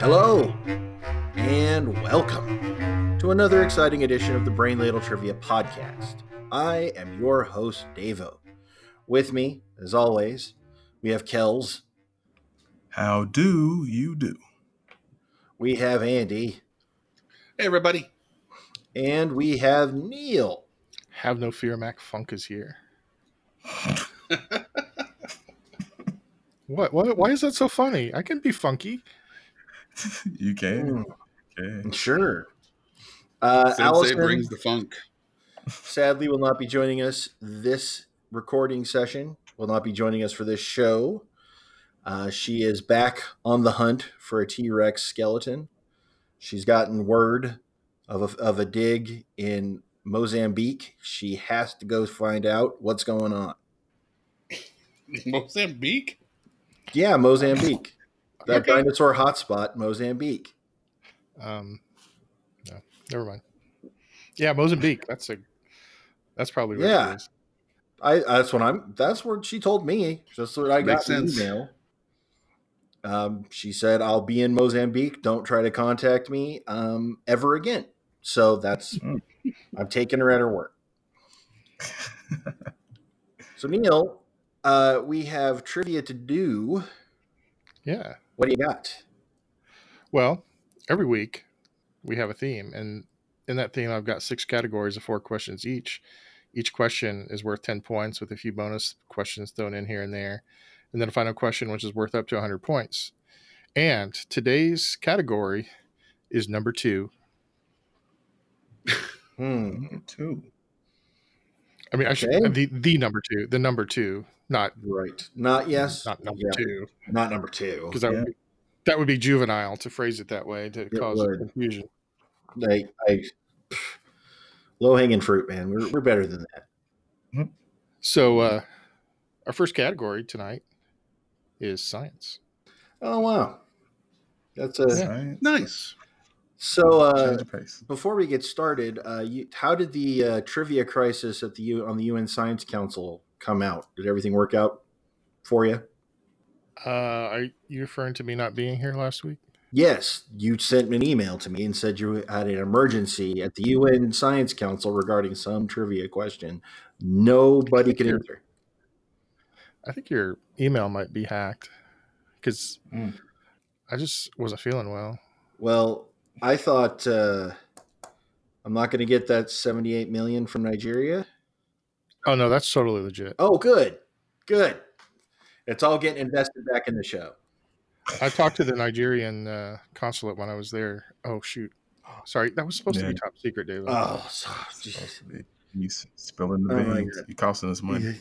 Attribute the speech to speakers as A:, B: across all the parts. A: Hello, and welcome to another exciting edition of the Brain Ladle Trivia Podcast. I am your host, Davo. With me, as always, we have Kells,
B: How do you do?
A: we have Andy,
C: Hey, everybody.
A: and we have Neil.
D: Have no fear, Mac Funk is here. what, what? Why is that so funny? I can be funky.
B: You can.
A: Hmm,
B: Okay.
A: Sure. Uh,
C: Sensei
A: Allison
C: brings the funk.
A: sadly will not be joining us this recording session, will not be joining us for this show. Uh, she is back on the hunt for a T Rex skeleton. She's gotten word of a, of a dig in Mozambique. She has to go find out what's going on.
C: Mozambique?
A: Yeah, Mozambique. That
D: Okay.
A: dinosaur hotspot, Mozambique.
D: Um, no, never mind. Yeah, Mozambique. That's a. That's probably what
A: Yeah.
D: it is.
A: I that's what I'm. That's what she told me. That's what I
C: Makes
A: got in the
C: sense.
A: email. Um, she said, "I'll be in Mozambique. Don't try to contact me um, ever again." So that's
C: Hmm.
B: Mm.
A: I've taken her at her word. so Neil, uh, we have trivia to do.
D: Yeah.
A: What do you got?
D: Well, every week we have a theme, and in that theme, I've got six categories of four questions each. Each question is worth 10 points with a few bonus questions thrown in here and there, and then a final question, which is worth up to 100 points. And today's category is number two.
A: Hmm.
B: Number two.
D: I mean, actually,
A: Okay.
D: the, the number two, the number two, not,
A: Right. Not yes.
D: not number
A: Yeah,
D: two,
A: Not number two.
D: because that,
B: Yeah.
D: would be- that would be juvenile to phrase it that way to cause
A: would.
D: confusion.
A: Like I, low hanging fruit, man. We're we're better than that.
D: So, uh, our first category tonight is science.
A: Oh wow, that's a
B: Science.
C: Nice.
A: So uh,
B: Change of pace.
A: before we get started, uh, you, how did the uh, trivia crisis at the U, on the UN Science Council come out? Did everything work out for you?
D: Uh, are you referring to me not being here last week?
A: Yes, you sent an email to me and said you had an emergency at the UN Science Council regarding some trivia question. Nobody could
D: Sure.
A: answer.
D: I think your email might be hacked because
B: Mm.
D: I just wasn't feeling well.
A: Well, I thought uh, I'm not going to get that 78 million from Nigeria.
D: Oh no, that's totally legit.
A: Oh, good, good. It's all getting invested back in the show.
D: I talked to the Nigerian uh, consulate when I was there. Oh shoot, sorry, that was supposed to be
B: Yeah. Uh.
D: top secret, David.
A: Oh, so,
B: Supposed to be. He's spilling the
A: Oh my
B: beans.
A: God.
B: You're costing us money.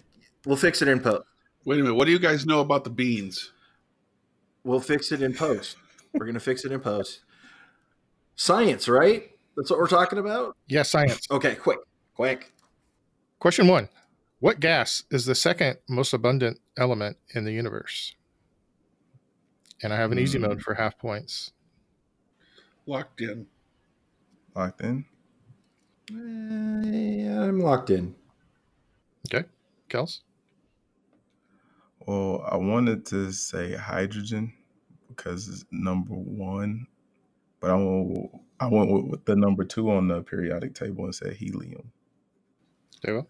A: We'll fix it in post.
C: Wait a minute. What do you guys know about the beans?
A: We'll fix it in post. We're gonna fix it in post. Science, right? That's what we're talking about.
D: yeah, science.
A: Okay, quick, quick.
D: Question one: What gas is the second most abundant element in the universe? And I have an easy
B: Hmm.
D: mode for half points.
C: Locked in.
B: Locked in.
A: Eh, I'm locked in.
D: Kels,
B: Well, I wanted to say hydrogen because it's number one, but I went, I went with, with the number two on the periodic table and said helium.
D: David,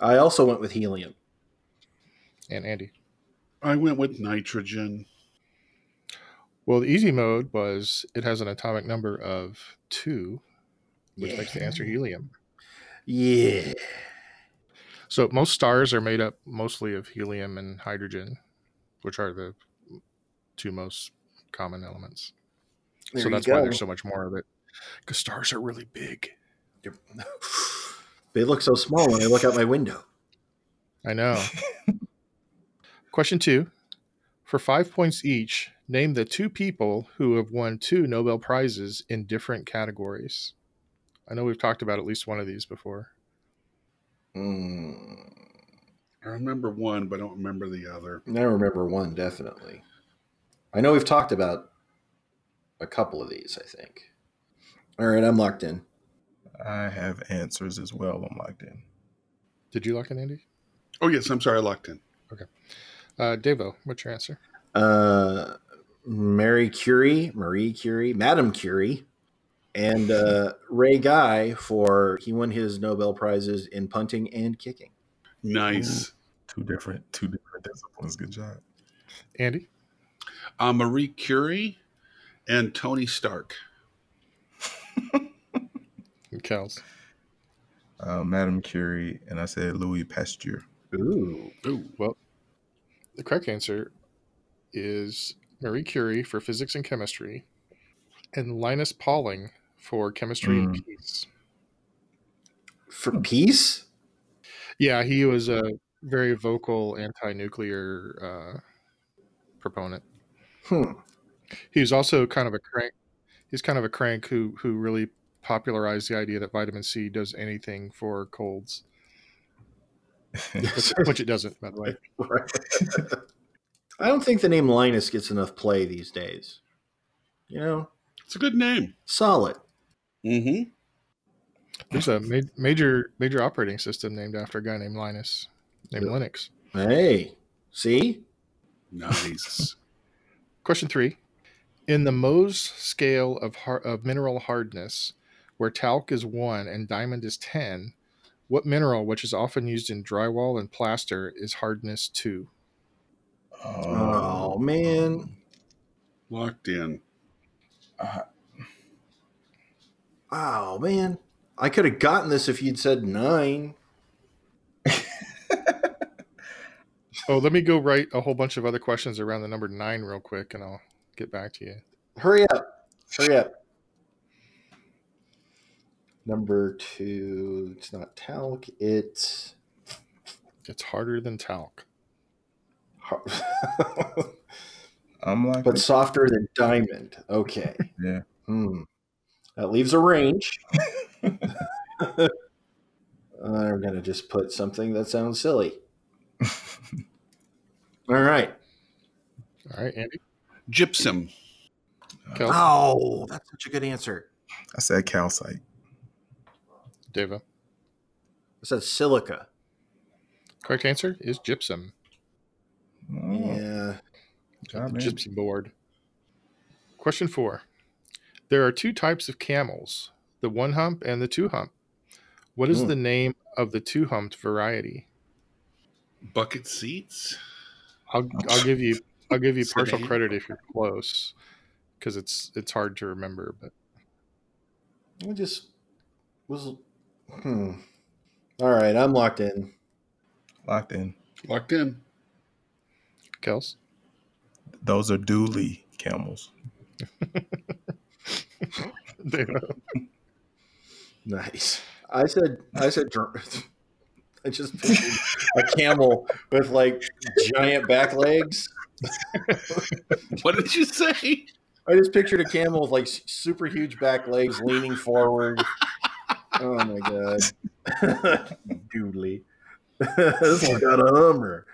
A: I also went with helium.
D: and Andy.
C: I went with nitrogen.
D: Well, the easy mode was it has an atomic number of two, which makes the answer helium.
A: Yeah.
D: So most stars are made up mostly of helium and hydrogen, which are the two most common elements.
A: There
D: so
A: you
D: that's why
A: go.
D: there's so much more of it. Because stars are really big.
A: they look so small when I look out my window.
D: I know. Question two. For five points each, name the two people who have won two Nobel Prizes in different categories. I know we've talked about at least one of these before.
A: Mm,
C: I remember one, but I don't remember the other.
A: I remember one definitely. I know we've talked about a couple of these. I think. All right, I'm locked in.
B: I have answers as well. I'm locked in.
D: Did you like it, Andy?
C: Oh, yes. I'm sorry. I locked in.
D: Uh, Devo, what's your answer?
A: Uh, Mary Curie, Marie Curie, Madame Curie, and uh, Ray Guy for he won his Nobel prizes in punting and kicking.
C: Nice.
B: Two different, two different disciplines. Good job.
D: Andy,
A: Mm.
C: Uh, Marie Curie and Tony Stark.
D: and Kels.
B: Uh, Madame Curie, and I said Louis Pasteur.
A: Ooh,
C: Ooh.
D: The correct answer is Marie Curie for physics and chemistry, and Linus Pauling for chemistry and
B: Mm.
D: peace.
A: for peace.
D: Yeah, he was a very vocal anti-nuclear uh, proponent.
A: Hmm.
D: He was also kind of a crank. He's kind of a crank who who really popularized the idea that vitamin C does anything for colds, which, which it doesn't, by the way.
A: Right. I don't think the name Linus gets enough play these days. You know,
C: It's a good name.
A: solid.
C: Mm-hmm.
D: There's a ma- major major operating system named after a guy named Linus, named Linux.
A: Hey, see,
C: Nice.
D: Question three: In the Mohs scale of har- of mineral hardness, where talc is one and diamond is ten, what mineral, which is often used in drywall and plaster, is hardness two?
B: Uh,
A: Oh, man.
C: Locked in.
B: I,
A: oh man, I could have gotten this if you'd said nine.
D: Oh, let me go write a whole bunch of other questions around the number nine real quick, and I'll get back to you.
A: Hurry up. Hurry up. Number two, it's not talc, it's
D: It's harder than talc.
A: har-
B: I'm like,
A: but softer than diamond. Okay.
B: Yeah.
A: Hmm. That leaves a range. I'm gonna just put something that sounds silly. All right.
D: All right, Andy.
C: Gypsum.
D: Kel,
A: Oh, that's such a good answer.
B: I said calcite.
D: Deva.
A: I said silica.
D: Correct answer is gypsum.
B: Oh,
A: Yeah.
B: good job, man.
D: gypsy board. Question four. There are two types of camels, the one hump and the two hump. What is
A: Hmm.
D: the name of the two humped variety?
C: Bucket seats.
D: I'll, I'll give you I'll give you
C: Sedan.
D: partial credit if you're close because it's it's hard to remember, but
A: I just was. Hmm. All right, I'm locked in.
B: Locked in.
C: Locked in.
D: Kels.
B: Those are dually camels.
D: Deva.
A: Nice. I said. I said. dr- I just pictured a camel with like giant back legs.
C: What did you say?
A: I just pictured a camel with like s- super huge back legs leaning forward. Oh my god, doodly. this one got a hummer.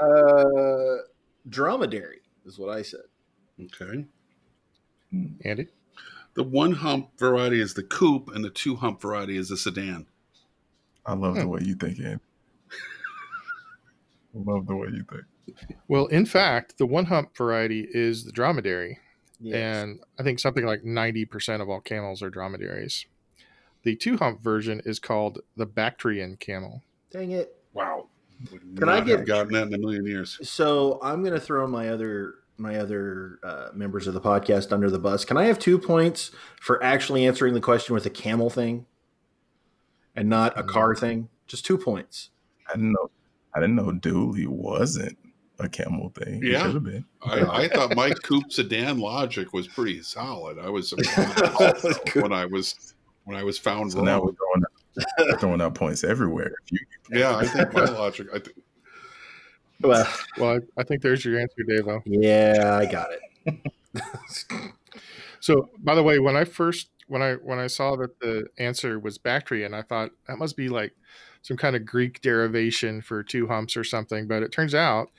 A: uh, dromedary is what I said.
C: okay.
D: Andy.
C: The one hump variety is the coupe, and the two hump variety is the sedan.
B: I love
A: Hmm.
B: the way you think, Andy. I love the way you think.
D: Well, in fact, the one hump variety is the dromedary. and I think something like 90% of all camels are dromedaries. The two hump version is called the Bactrian camel.
A: Dang it.
C: Wow. Would
A: Can
C: not
A: I get-
C: have gotten that in a million years?
A: So I'm going to throw my other my other uh, members of the podcast under the bus. Can I have two points for actually answering the question with a camel thing and not a car
B: Mm.
A: thing? Just two points.
B: I didn't know. I didn't know dually wasn't a camel thing. It
C: Yeah.
B: could have been.
C: I, I thought my coupe sedan logic was pretty solid. I was surprised
A: Good.
C: when I was when I was found
B: So
C: wrong.
B: now we're throwing out, we're throwing out points everywhere. If you,
C: yeah, I think my logic. I th-
A: well,
D: Well, I, I think there's your answer, Davo.
A: yeah, I got it.
D: So, by the way, when I first when I when I saw that the answer was Bactrian, I thought that must be like some kind of Greek derivation for two humps or something. But it turns out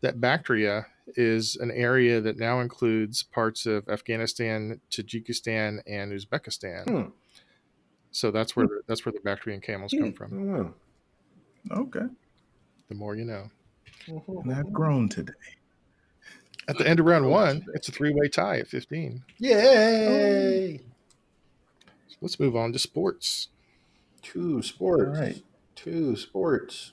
D: that Bactria is an area that now includes parts of Afghanistan, Tajikistan, and Uzbekistan.
A: Hmm.
D: So that's where the, that's where the Bactrian camels come from.
A: Mm.
B: okay,
D: The more you know.
B: and I've grown today.
D: At the end of round one, it's a three way tie at 15.
A: Yay!
B: Oh.
D: So let's move on to sports.
A: Two
B: All
A: sports.
B: right.
A: Two sports.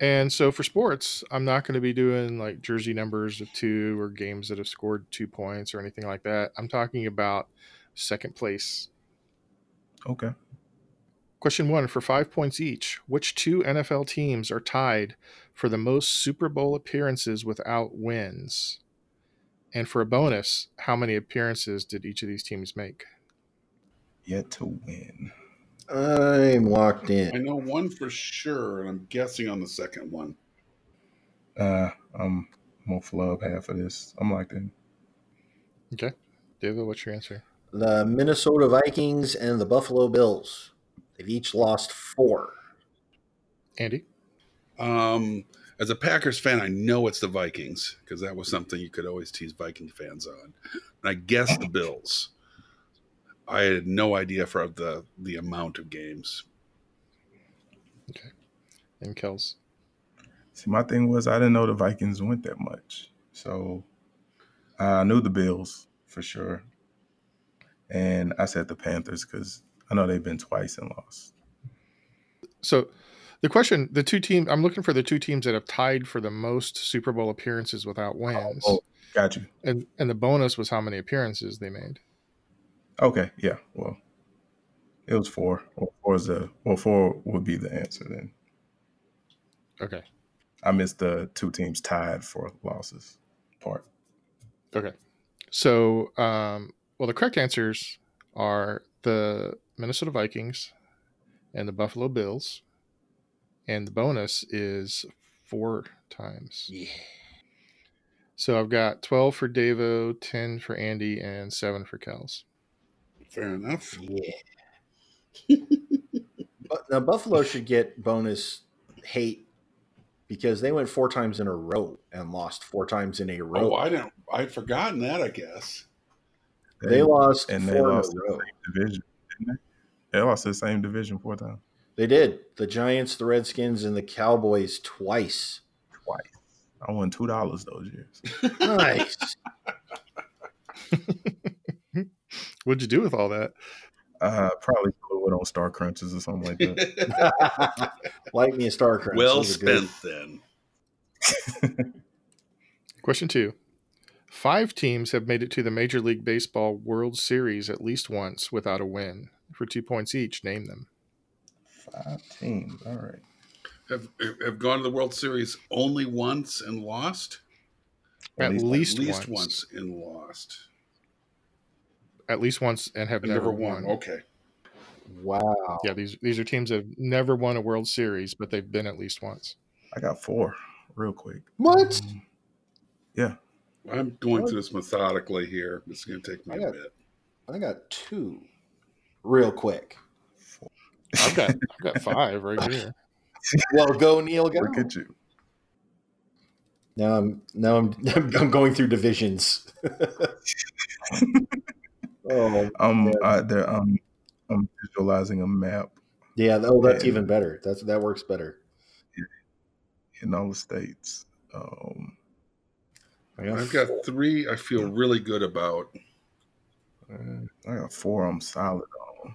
D: And so for sports, I'm not going to be doing like jersey numbers of two or games that have scored two points or anything like that. I'm talking about second place.
B: Okay.
D: Question one for five points each. Which two NFL teams are tied for the most Super Bowl appearances without wins? And for a bonus, how many appearances did each of these teams make?
B: Yet to win.
A: I'm locked
C: I
A: in.
C: know one for sure, and I'm guessing on the second one.
B: Uh, I'm, I'm gonna flub half of this. I'm locked in.
D: Okay. David, what's your answer?
A: The Minnesota Vikings and the Buffalo Bills. They've each lost four.
D: Andy?
C: Um, as a Packers fan, I know it's the Vikings because that was something you could always tease Viking fans on. And I guess the Bills. I had no idea for the the amount of games.
D: And Kells.
B: See, my thing was I didn't know the Vikings went that much, so I knew the Bills for sure, and I said the Panthers because I know they've been twice and lost.
D: So the question, the two teams, I'm looking for the two teams that have tied for the most Super Bowl appearances without wins.
B: oh. Got you.
D: And and the bonus was how many appearances they made.
B: Okay. Yeah. Well, it was four. Or four is the well four would be the answer then.
D: Okay.
B: I missed the two teams tied for losses part.
D: Okay. So, um, well, the correct answers are the Minnesota Vikings and the Buffalo Bills. And the bonus is four times.
A: Yeah.
D: So I've got 12 for Davo, 10 for Andy, and seven for Kels.
C: Fair enough.
A: Yeah. but now Buffalo should get bonus hate because they went four times in a row and lost four times in a row.
C: Oh, I didn't. I'd forgotten that. I guess.
A: they lost
B: and
A: four
B: they lost
A: in a row.
B: division. Didn't they? they lost the same division four times.
A: They did. The Giants, the Redskins, and the Cowboys twice.
B: I won two dollars those years.
A: Nice.
D: What'd you do with all that?
B: Uh, probably blew it on Star Crunches or something like that.
A: Light me a star crunch.
C: well
A: Those are good.
C: spent then.
D: Question two. Five teams have made it to the Major League Baseball World Series at least once without a win. For two points each, name them.
B: Five teams. All right.
C: Have have gone to the World Series only once and lost.
D: At, least,
C: At least once. and lost.
D: At least once and have
C: And
D: never, won.
C: Okay.
A: Wow.
D: Yeah, these these are teams that have never won a World Series, but they've been at least once.
B: I got four real quick.
A: What?
B: Um,
C: I'm going through this methodically here. This is going to take me a bit.
A: I got two real quick.
B: four.
D: I've got I've got five right here.
A: Well, go Neil, go.
B: Look at you.
A: Now I'm now I'm I'm going through divisions. oh
B: Um,
A: Yeah.
B: uh, there. Um, I'm visualizing a map
A: yeah, oh that's
B: Yeah.
A: even better. That's that works better.
B: in all the states. Um,
A: I got
C: I've got
A: four.
C: three I feel really good about.
B: uh, I got four. I'm solid on.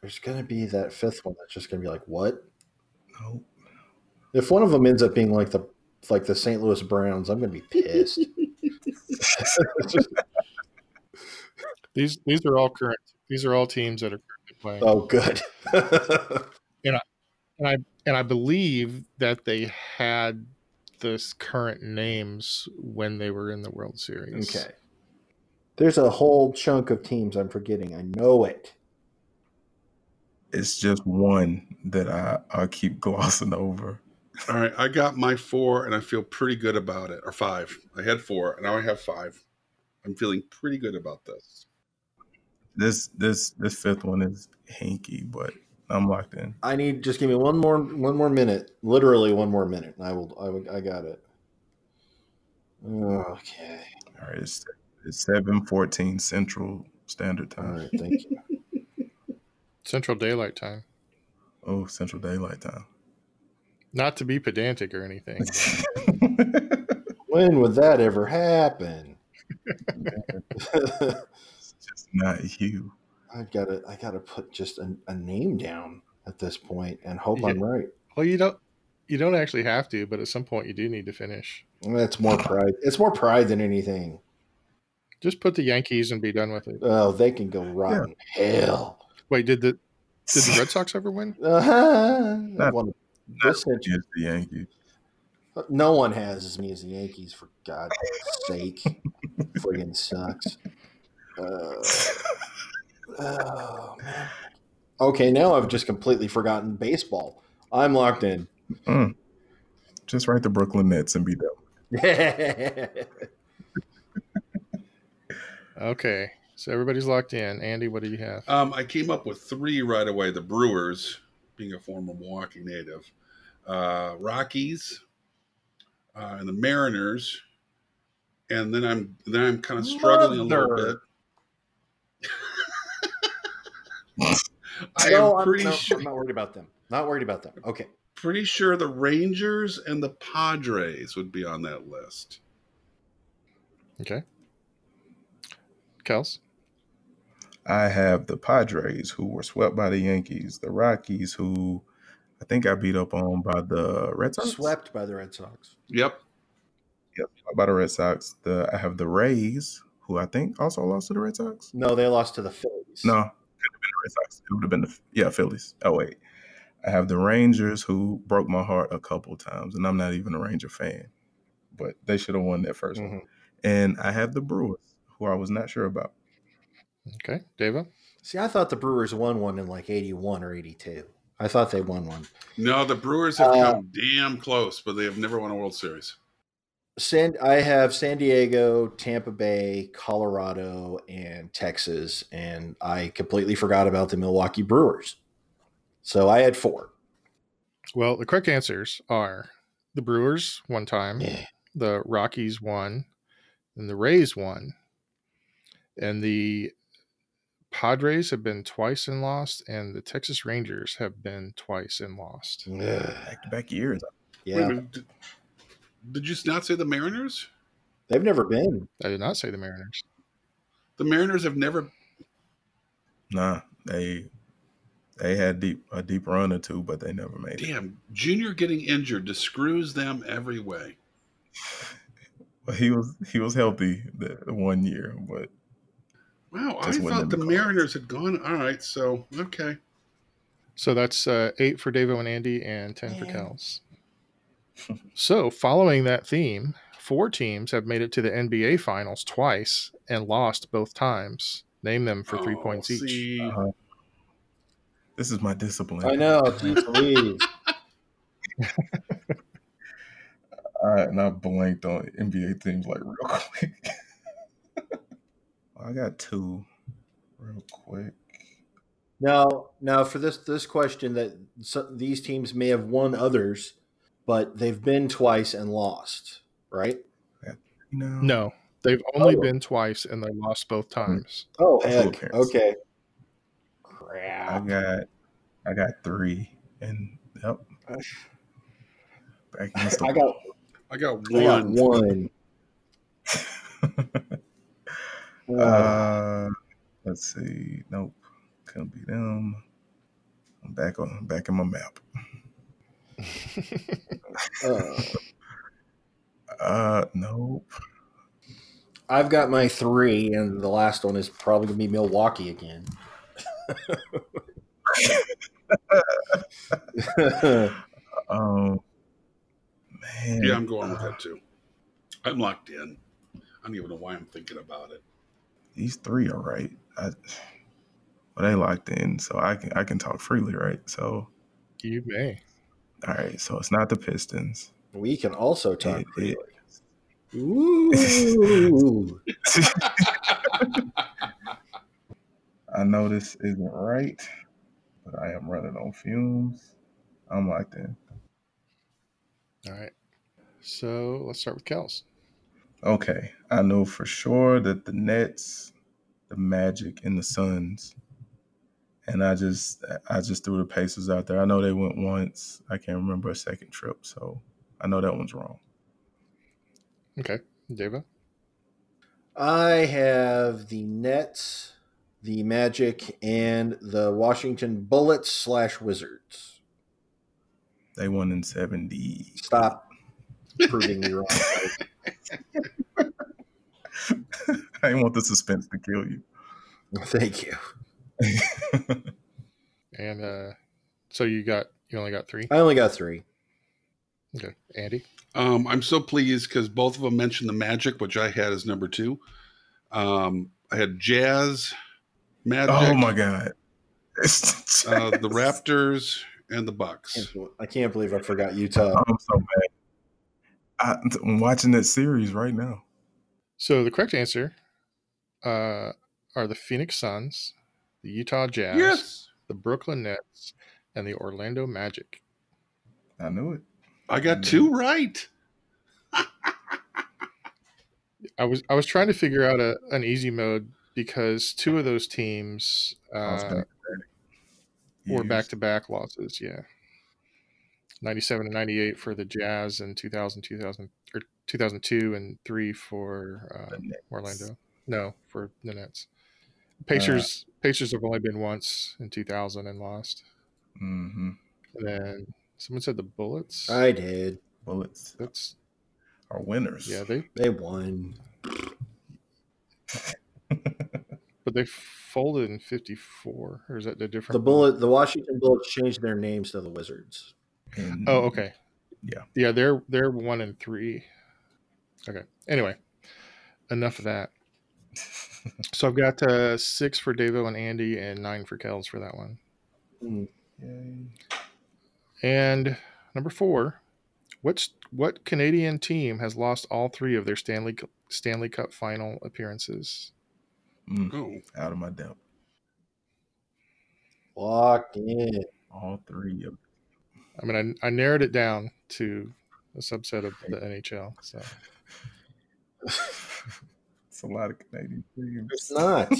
A: There's gonna be that fifth one that's just gonna be like what?
B: Nope.
A: If one of them ends up being like the like the St. Louis Browns, I'm gonna be pissed.
D: These these are all current. These are all teams that are currently playing.
A: oh, good.
D: And I believe that they had this current names when they were in the World Series.
A: Okay. There's a whole chunk of teams I'm forgetting. I know it.
B: It's just one that I I keep glossing over.
C: All right. I got my four and I feel pretty good about it. Or five. I had four and now I have five. I'm feeling pretty good about this.
B: This this this fifth one is hinky, but I'm locked in.
A: I need just give me one more one more minute, literally one more minute, and I will. I, will, I got it. Okay.
B: All right, it's, it's seven fourteen Central Standard
A: All
B: Time.
A: right. Thank you.
D: Central Daylight Time.
B: Oh, Central Daylight Time.
D: Not to be pedantic or anything. but
A: When would that ever happen?
B: It's just not you.
A: I've got to I got to put just a, a name down at this point and hope I'm right.
D: Well, you don't you don't actually have to, but at some point you do need to finish.
A: That's more pride. It's more pride than anything.
D: Just put the Yankees and be done with it.
A: Oh, they can go rotten hell.
D: Wait, did the did the Red Sox ever win?
A: Uh-huh.
B: Not-
A: One-
B: Not
A: this century-
B: against the Yankees.
A: no one has as many as the Yankees. For God's sake, friggin' sucks. Uh, oh, man. Okay, now I've just completely forgotten baseball. I'm locked in.
B: Mm. Just write the Brooklyn Nets and be done.
D: Okay, so everybody's locked in. Andy, what do you have?
C: Um, I came up with three right away. The Brewers, being a former Milwaukee native, uh, Rockies, uh, and the Mariners, and then I'm then I'm kind of struggling a little bit.
A: Mother.
C: I
A: No,
C: am
A: I'm-
C: pretty
A: no,
C: sure,
A: I'm not worried about them. Not worried about them. Okay.
C: pretty sure the Rangers and the Padres would be on that list.
D: Okay, Kels.
B: I have the Padres, who were swept by the Yankees, the Rockies, who I think I beat up on by the Red Sox.
A: Swept by the Red Sox.
C: Yep.
B: by the Red Sox. The I have the Rays, who I think also lost to the Red Sox.
A: No, they lost to the Phillies.
B: No, it could have been the Red Sox. It would have been the yeah Phillies. Oh wait, I have the Rangers, who broke my heart a couple times, and I'm not even a Ranger fan, but they should have won that 1st one.
A: Mhm.
B: And I have
A: Mm-hmm.
B: the Brewers, who I was not sure about.
D: Okay, Deva.
A: See, I thought the Brewers won one in like 81 or 82. I thought they won one.
C: No, the Brewers have
A: Uh,
C: come damn close, but they have never won a World Series.
A: San, I have San Diego, Tampa Bay, Colorado, and Texas, and I completely forgot about the Milwaukee Brewers. So I had four.
D: Well, the correct answers are the Brewers one time,
A: Yeah.
D: the Rockies one, and the Rays one, and the Padres have been twice and lost, and the Texas Rangers have been twice and lost.
A: Yeah.
B: Back to back years.
C: Wait a minute, did, did you not say the Mariners?
A: They've never been.
D: I did not say the Mariners.
C: The Mariners have never.
B: Nah, they they had deep a deep run or two, but they never made it.
C: Damn, Junior getting injured just screws them every way.
B: But he was he was healthy the, the one year, but
C: Wow, I
B: Just win
C: thought
B: them
C: the
B: close.
C: Mariners had gone. All right, so okay.
D: So that's uh, eight for Davo and Andy, and ten for
A: Yeah.
D: Kels. so following that theme, four teams have made it to the NBA Finals twice and lost both times. Name them for three
C: Oh,
D: points each.
C: see,
B: Uh-huh. this is my discipline.
A: I know. Jeez Louise.
B: I, and I blanked on NBA things like real quick. I got two real quick.
A: Now, now for this this question that so, these teams may have won others, but they've been twice and lost, right?
B: No,
D: No, they've only
A: Oh.
D: been twice, and they lost both times.
A: Oh,
B: That's a little
A: heck.
B: parents.
A: Okay.
B: I
A: Crap.
B: got I got three, and yep, back against the
A: I got
C: I got
A: I got
C: one.
A: one.
B: wall. uh, let's see. Nope, couldn't be them. I'm back on I'm back in my map.
A: Uh,
B: Uh, nope.
A: I've got my three, and the last one is probably gonna be Milwaukee again.
B: Um, man.
C: Yeah, I'm going with
B: uh,
C: that too. I'm locked in. I don't even know why I'm thinking about it.
B: These three are right. I, well, they locked in, so I can I can talk freely, right? So
D: You may.
B: all right, so it's not the Pistons.
A: we can also talk. freely.
B: It-
A: Ooh,
B: I know this isn't right, but I am running on fumes. I'm locked in.
D: All right. So let's start with Kels.
B: Okay, I know for sure that the Nets, the Magic, and the Suns, and I just I just threw the Pacers out there. I know they went once. I can't remember a second trip, so I know that one's wrong.
D: Okay, Deva.
A: I have the Nets, the Magic, and the Washington Bullets slash Wizards.
B: They won in 70.
A: Stop proving me wrong.
B: I didn't want the suspense to kill you.
A: Thank you.
D: And uh, so you got you only got three.
A: I only got three.
D: Okay, Andy.
C: Um, I'm so pleased because both of them mentioned the Magic, which I had as number two. Um, I had Jazz, Magic,
B: oh my god. It's
C: uh, the Raptors, and the Bucks.
A: I can't believe I forgot Utah.
B: I'm so bad. I, I'm watching that series right now.
D: So the correct answer uh, are the Phoenix Suns, the Utah Jazz,
C: Yes,
D: the Brooklyn Nets, and the Orlando Magic.
B: I knew it.
C: I got two right.
D: I was I was trying to figure out a, an easy mode because two of those teams
B: I was
D: uh,
B: gonna-
D: were
B: Years.
D: back to back losses. Yeah, ninety seven and ninety eight for the Jazz, and 2000, 2000 or two thousand two and three for
B: The
D: um,
B: Nets. Uh,
D: Orlando. No, for the Nets. Pacers Pacers have only been once in two thousand and lost.
B: Mhm.
D: And then someone said the Bullets.
A: I did.
B: Bullets
D: That's
B: are winners.
D: yeah they
A: They won.
D: but they folded in fifty four or is that a different
A: The
D: one?
A: bullet. The Washington Bullets changed their names to the Wizards.
B: And-
D: Oh, okay.
B: Yeah.
D: Yeah, they're they're one and three. Okay. Anyway, enough of that. So I've got uh, six for Davo and Andy and nine for Kells for that one.
B: Yay.
D: And number four, what's what Canadian team has lost all three of their Stanley Cu- Stanley Cup final appearances?
B: Mm,
C: Oh,
B: out of my depth.
A: Locked in.
B: All three of
D: I mean, I, I narrowed it down to a subset of the NHL. So
B: It's a lot of Canadian teams.
A: It's not.
B: I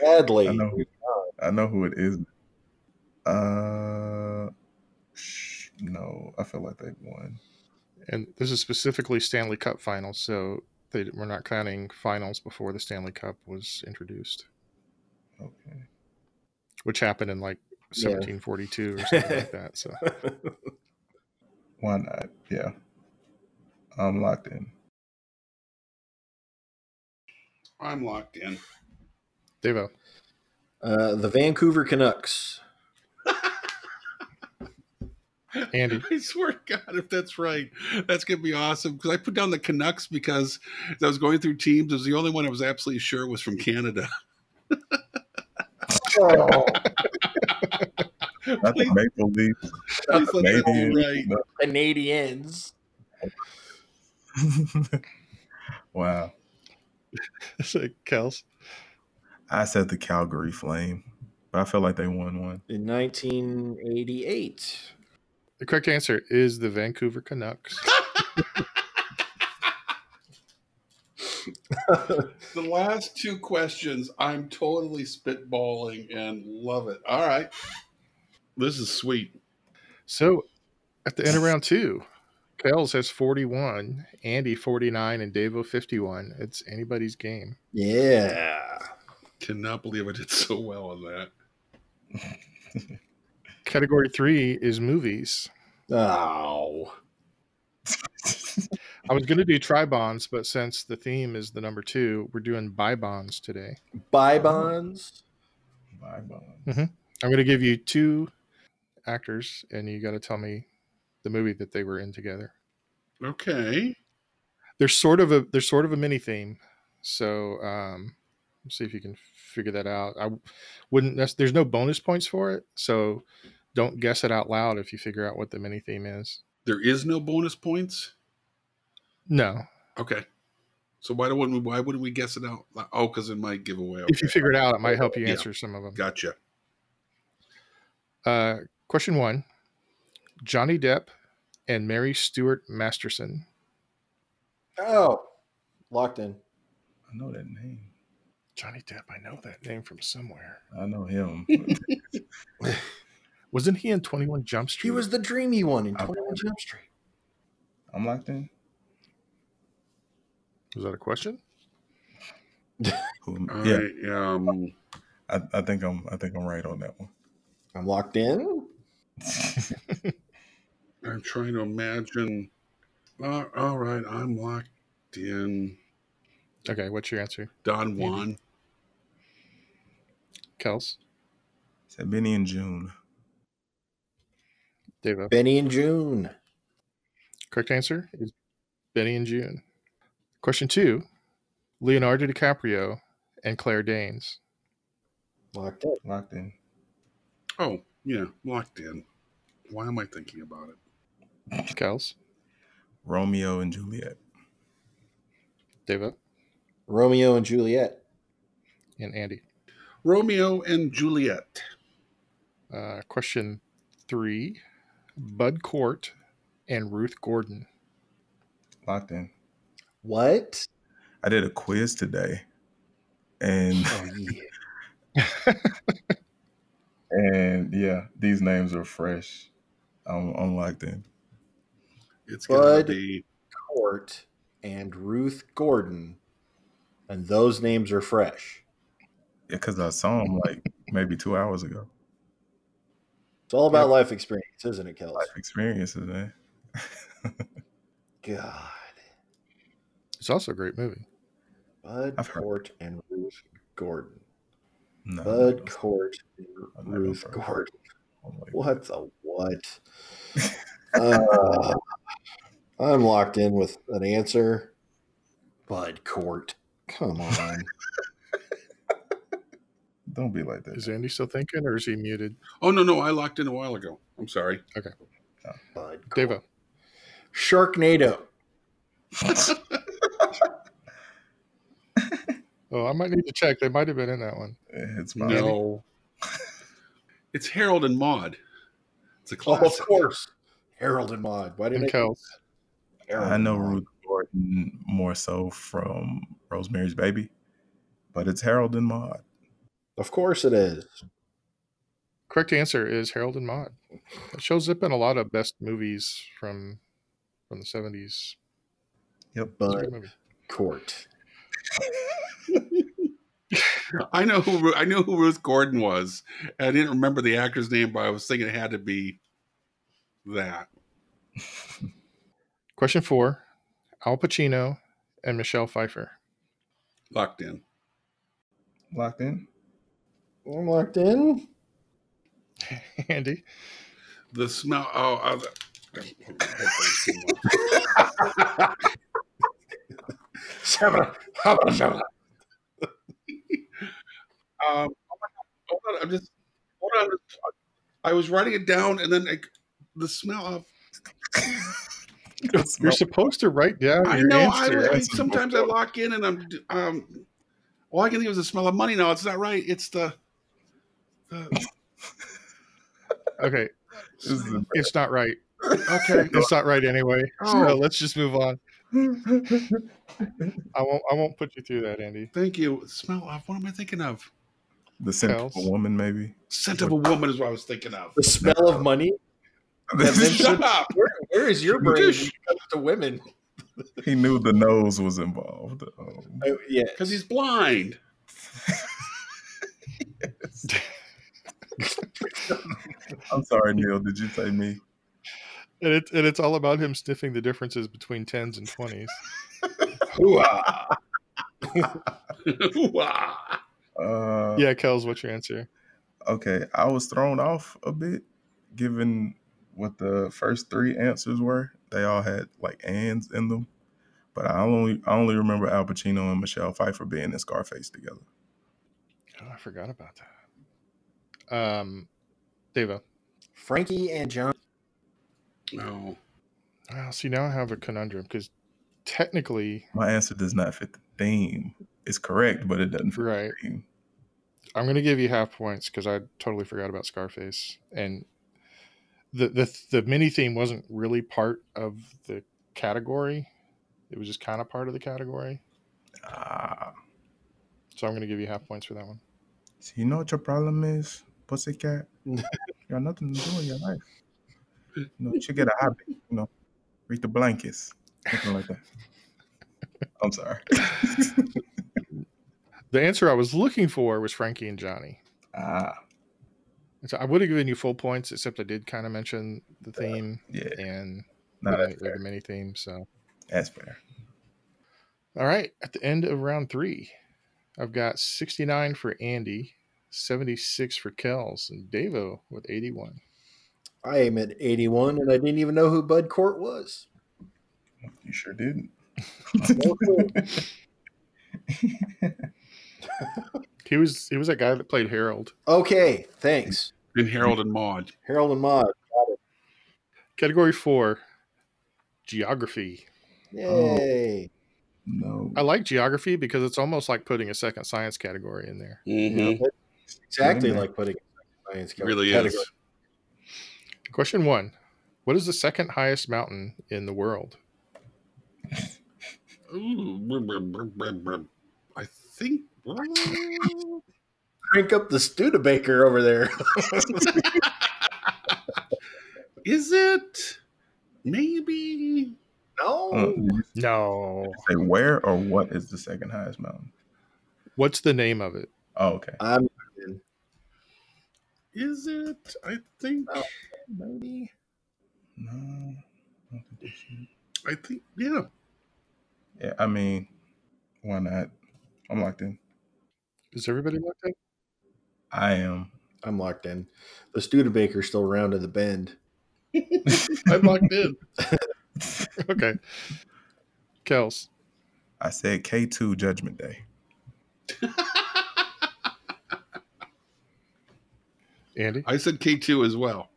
A: Sadly,
B: know. Who, I know who it is. Uh, sh- no, I feel like they won.
D: and this is specifically Stanley Cup finals. So they we're not counting finals before the Stanley Cup was introduced,
B: Okay.
D: which happened in like
A: Yeah.
D: 1742 or something like that. So
B: Why not? Yeah. I'm locked in.
C: I'm locked in.
D: Devo,
A: uh, the Vancouver Canucks.
D: Andy.
C: I swear to God, if that's right, that's gonna be awesome. Because I put down the Canucks because as I was going through teams, it was the only one I was absolutely sure was from Canada.
A: Oh,
B: Not the
C: please,
B: Maple Leafs.
C: please let that
B: Canadian.
C: be right.
A: Canadians.
B: No. wow.
D: so Kels,
B: I said the Calgary Flame, but I feel like they won one.
A: In 1988.
D: the correct answer is the Vancouver Canucks.
C: The last two questions, I'm totally spitballing and love it. All right. This is sweet.
D: So at the end of round two, Kels has 41, Andy 49, and Devo 51. It's anybody's game.
A: Yeah.
C: Cannot believe I did so well on that.
D: Category three is movies.
A: Oh.
D: I was going to do tri bonds, but since the theme is the number two, we're doing bi bonds today.
A: Buy bonds.
B: Bye, Bonds.
D: Mhm. I'm going to give you two actors, and you got to tell me the movie that they were in together.
C: Okay.
D: There's sort of a there's sort of a mini theme, so um, let's see if you can figure that out. I wouldn't. That's, there's no bonus points for it, so don't guess it out loud if you figure out what the mini theme is.
C: There is no bonus points.
D: No,
C: Okay. So why don't we why wouldn't we guess it out? Oh, because it might give away.
D: if you figure it out, it might help you
C: Yeah.
D: answer some of them.
C: Gotcha.
D: Uh, question one Johnny Depp and Mary Stuart Masterson.
A: Oh. Locked in.
B: I know that name.
D: Johnny Depp, I know that name from somewhere.
B: I know him.
D: Wasn't he in 21 Jump Street?
A: He was the dreamy one in
B: Okay.
A: 21 Jump Street.
B: I'm locked in.
D: Is that a question?
B: Who,
C: All
B: yeah,
C: right. Um,
B: I, I think I'm. I think I'm right on that one.
A: I'm locked in.
C: I'm trying to imagine. Uh, all right, I'm locked in.
D: Okay, what's your answer,
C: Don Juan.
D: Kels?
B: Said Benny and June.
D: Davo.
A: Benny and June.
D: Correct answer is Benny and June. Question two: Leonardo DiCaprio and Claire Danes.
A: Locked in.
B: Locked in.
C: Oh, yeah, locked in. Why am I thinking about it?
D: Kels,
B: Romeo and Juliet.
D: Davo,
A: Romeo and Juliet.
D: and Andy.
C: Romeo and Juliet.
D: Uh, question three: Bud Cort and Ruth Gordon.
B: Locked in.
A: What?
B: I did a quiz today, and
A: Oh yeah.
B: and yeah, these names are fresh. I'm, I'm locked in.
C: It's going
A: Bud.
C: to be
A: Court and Ruth Gordon, and those names are fresh.
B: Yeah, because I saw him like maybe two hours ago.
A: It's all about life experience, isn't it, Kels?
B: Life experiences, man.
A: God,
D: It's also a great movie.
A: Bud
B: I've heard-
A: Court and Ruth Gordon.
B: No,
A: Bud Court and
B: I've never
A: Ruth
B: heard of
A: Gordon.
B: I'm like,
A: What the what? Uh, I'm locked in with an answer. Bud Court. Come on.
B: Don't be like
D: Is
B: that.
D: Andy still thinking, or is he muted?
C: Oh no, no, I locked in a while ago. I'm sorry.
A: Bud Cort.
D: Davo,
A: Sharknado.
D: oh, I might need to check. They might have been in that one.
B: It's my
C: No. it's Harold and Maude. It's a
A: Oh,
C: classic.
A: of course. Harold and Maude. Why did
D: And
A: I?
D: Kels,
A: Harold
B: I
A: and
B: know
A: Maude.
B: Ruth Gordon more so from Rosemary's Baby, but it's Harold and Maude.
A: Of course it is.
D: correct answer is Harold and Maude. It shows up in a lot of best movies from from the seventies.
B: Yep.
D: It's a
A: Bud
D: good movie.
A: Court.
C: I know who Ru- I knew who Ruth Gordon was. and I didn't remember the actor's name, but I was thinking it had to be that.
D: Question four: Al Pacino and Michelle Pfeiffer.
C: Locked in.
B: Locked in.
A: I'm locked in.
D: Andy,
C: The smell. Oh, I,
A: Shabba, habba, shabba.
C: um, hold on. I'm just. Hold on. I was writing it down, and then I, the smell of.
D: you're supposed to write down
C: I
D: your
C: know.
D: answer.
C: I, I
B: That's a
C: sometimes I lock in, and I'm. Um, all I can think of is the smell of money. No, it's not right. It's the. the
D: okay,
B: This is the
D: it's not right.
C: okay.
D: It's not right anyway. So
C: Oh.
D: let's just move on. I won't. I won't put you through that, Andy.
C: Thank you. Smell of. What am I thinking of?
B: the scent of a
D: Kels.
B: woman, maybe.
C: Scent of a woman is what I was thinking of.
A: The smell of money.
C: Shut up.
A: Where, where is your brain when
C: Douche.
A: it comes to women?
B: he knew the nose was involved. Um,
A: Oh, yeah.
C: Because he's blind.
B: I'm sorry, Neil. Did you say me?
D: And it's and it's all about him sniffing the differences between tens and twenties.
A: Hoo-ah.
C: Wah.
B: Uh,
D: yeah, Kels, what's your answer?
B: Okay, I was thrown off a bit, given what the first three answers were. They all had like ands in them, but I only I only remember Al Pacino and Michelle Pfeiffer being in Scarface together.
D: Oh, I forgot about that. Um, Deva.
A: Frankie and John.
C: no.
D: Well, see, now I have a conundrum because technically,
B: My answer does not fit the theme. It's correct, but it doesn't fit
D: right?
B: the theme.
D: I'm going to give you half points because I totally forgot about Scarface, and the the the mini theme wasn't really part of the category. It was just kind of part of the category.
B: Ah,
D: So I'm going to give you half points for that one.
B: so you know what your problem is, pussycat. you got nothing to do in your life. You know, you should get a hobby. You know, read the blankets, something like that. I'm sorry.
D: The answer I was looking for was Frankie and Johnny.
B: ah,
D: And So I would have given you full points, except I did kind of mention the theme
B: yeah.
D: and
B: No,
D: the,
B: that's
D: mini-
B: fair.
D: the mini theme. So,
B: That's fair.
D: all right, at the end of round three, I've got 69 for Andy, 76 for Kells, and Davo with 81.
A: I am at 81, and I didn't even know who Bud Court was.
B: You sure didn't.
A: No clue.
D: He was he was that guy that played Harold.
A: okay, thanks.
C: And Harold and Maude.
A: Harold and Maude.
D: Category four, geography.
A: Yay.
B: no. Uh,
D: I like geography because it's almost like putting a second science category in there.
C: Mhm.
A: Yep, it's exactly
B: Yeah, man.
A: like putting a science
C: It really
A: category.
C: is.
D: Question one What is the second highest mountain in the world?
C: Ooh, brum, brum, brum, brum, brum. I think.
A: Crank up the Studebaker over there.
C: is it? Maybe.
A: no.
B: Uh,
C: Oh.
B: did you
D: No.
B: say where or what is the second highest mountain?
D: What's the name of it?
B: Oh, okay.
A: I'm
C: Is it? I think.
A: Oh. maybe.
B: No. I don't think they should.
C: I think. Yeah.
B: Yeah, I mean, why not? I'm locked in.
D: Is everybody locked in?
B: I am.
A: I'm locked in. The Studebaker's still round in the bend.
C: I'm locked in.
D: Okay. Kels,
B: I said K2 Judgment Day.
D: Andy,
C: I said K2 as well.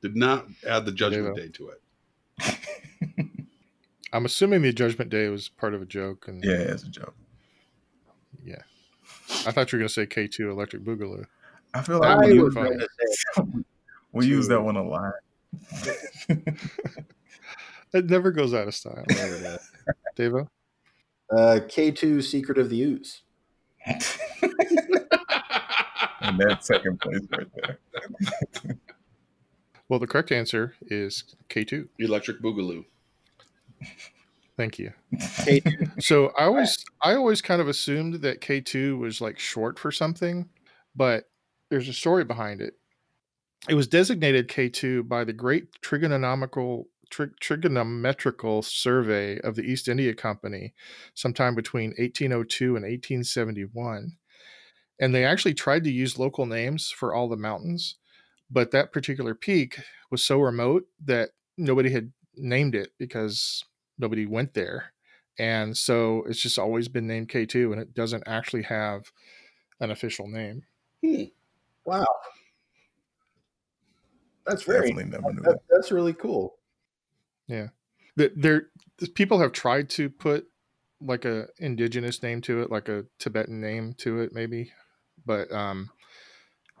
C: Did not add the judgment
D: Yeah.
C: day to it.
D: I'm assuming the Judgment Day was part of a joke. And
A: Mm.
B: Yeah, it's a joke.
D: yeah. I thought you were going to say K2 Electric Boogaloo.
B: I feel
D: That
B: like
D: would
A: I
B: we,
D: be
A: was
B: use,
D: fun.
A: going to say
B: we use that
A: too.
B: one a lot.
D: It never goes out of style.
A: never did.
D: Davo,
A: Uh, K2 Secret of the Ooze.
B: and that's second place right there.
D: well, the correct answer is K2.
C: Electric Boogaloo.
D: Thank you.
A: K2.
D: So I always I always kind of assumed that K2 was like short for something, but there's a story behind it. It was designated K2 by the Great Trigonomical tri- Trigonometrical Survey of the East India Company sometime between 1802 and 1871. And they actually tried to use local names for all the mountains, but that particular peak was so remote that nobody had named it because nobody went there and so it's just always been named K2 and it doesn't actually have an official name.
C: Hmm.
A: Wow. That's very
B: Definitely never
C: uh,
B: knew
A: that,
B: that.
A: that's really cool.
D: That there people have tried to put like a indigenous name to it, like a Tibetan name to it maybe, but um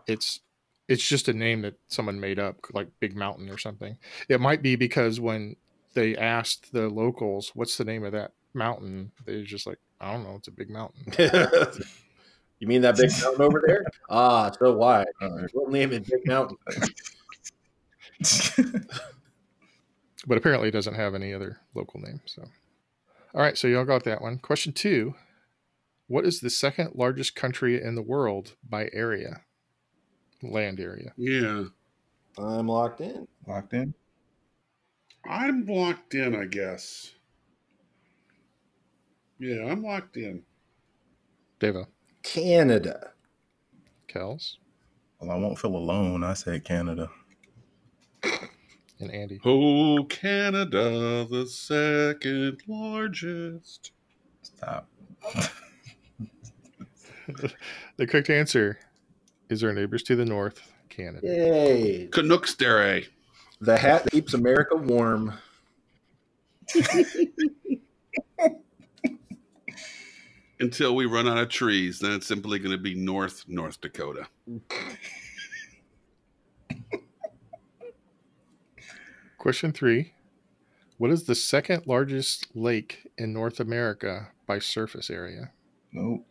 D: it's it's just a name that someone made up like Big Mountain or something. It might be because when they asked the locals what's the name of that mountain, they're just like I don't know, it's a big mountain.
A: you mean that big mountain over there? Ah, so why?
C: Uh,
B: All right.
A: We'll name it Big Mountain.
D: but apparently it doesn't have any other local name. So, all right, so y'all got that one. Question two: What is the second largest country in the world by area, land area?
C: Yeah.
A: I'm locked in.
B: locked in?
C: I'm locked in, I guess. Yeah, I'm locked in.
D: Devo,
A: Canada.
D: Kels,
B: Well, I won't feel alone. I said Canada.
D: and Andy.
C: Oh, Canada, the second largest.
B: Stop.
D: the correct answer is our neighbors to the north, Canada.
A: Yay.
C: Canucks Dere.
A: The hat that keeps America warm.
C: Until we run out of trees, then it's simply going to be North North Dakota.
D: Question three: What is the second largest lake in North America by surface area?
B: Nope.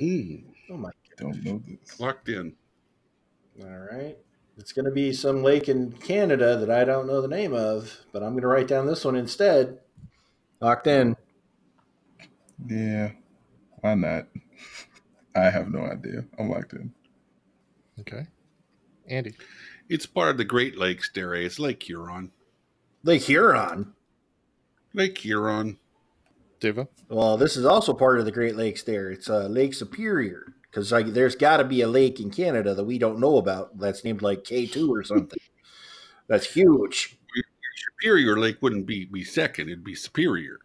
C: Mm,
A: Oh my.
B: Don't know this.
C: locked in.
A: All right. It's going to be some lake in Canada that I don't know the name of, but I'm going to write down this one instead. Locked in.
B: Yeah. Why not? I have no idea. I'm locked in.
D: Okay. Andy.
C: It's part of the Great Lakes, Dare. It's Lake Huron.
A: Lake Huron.
C: Lake Huron.
D: Diva.
A: Well, this is also part of the Great Lakes. There, it's uh, Lake Superior because like there's got to be a lake in Canada that we don't know about that's named like K two or something. that's huge.
C: Superior Lake wouldn't be, be second, it'd be Superior.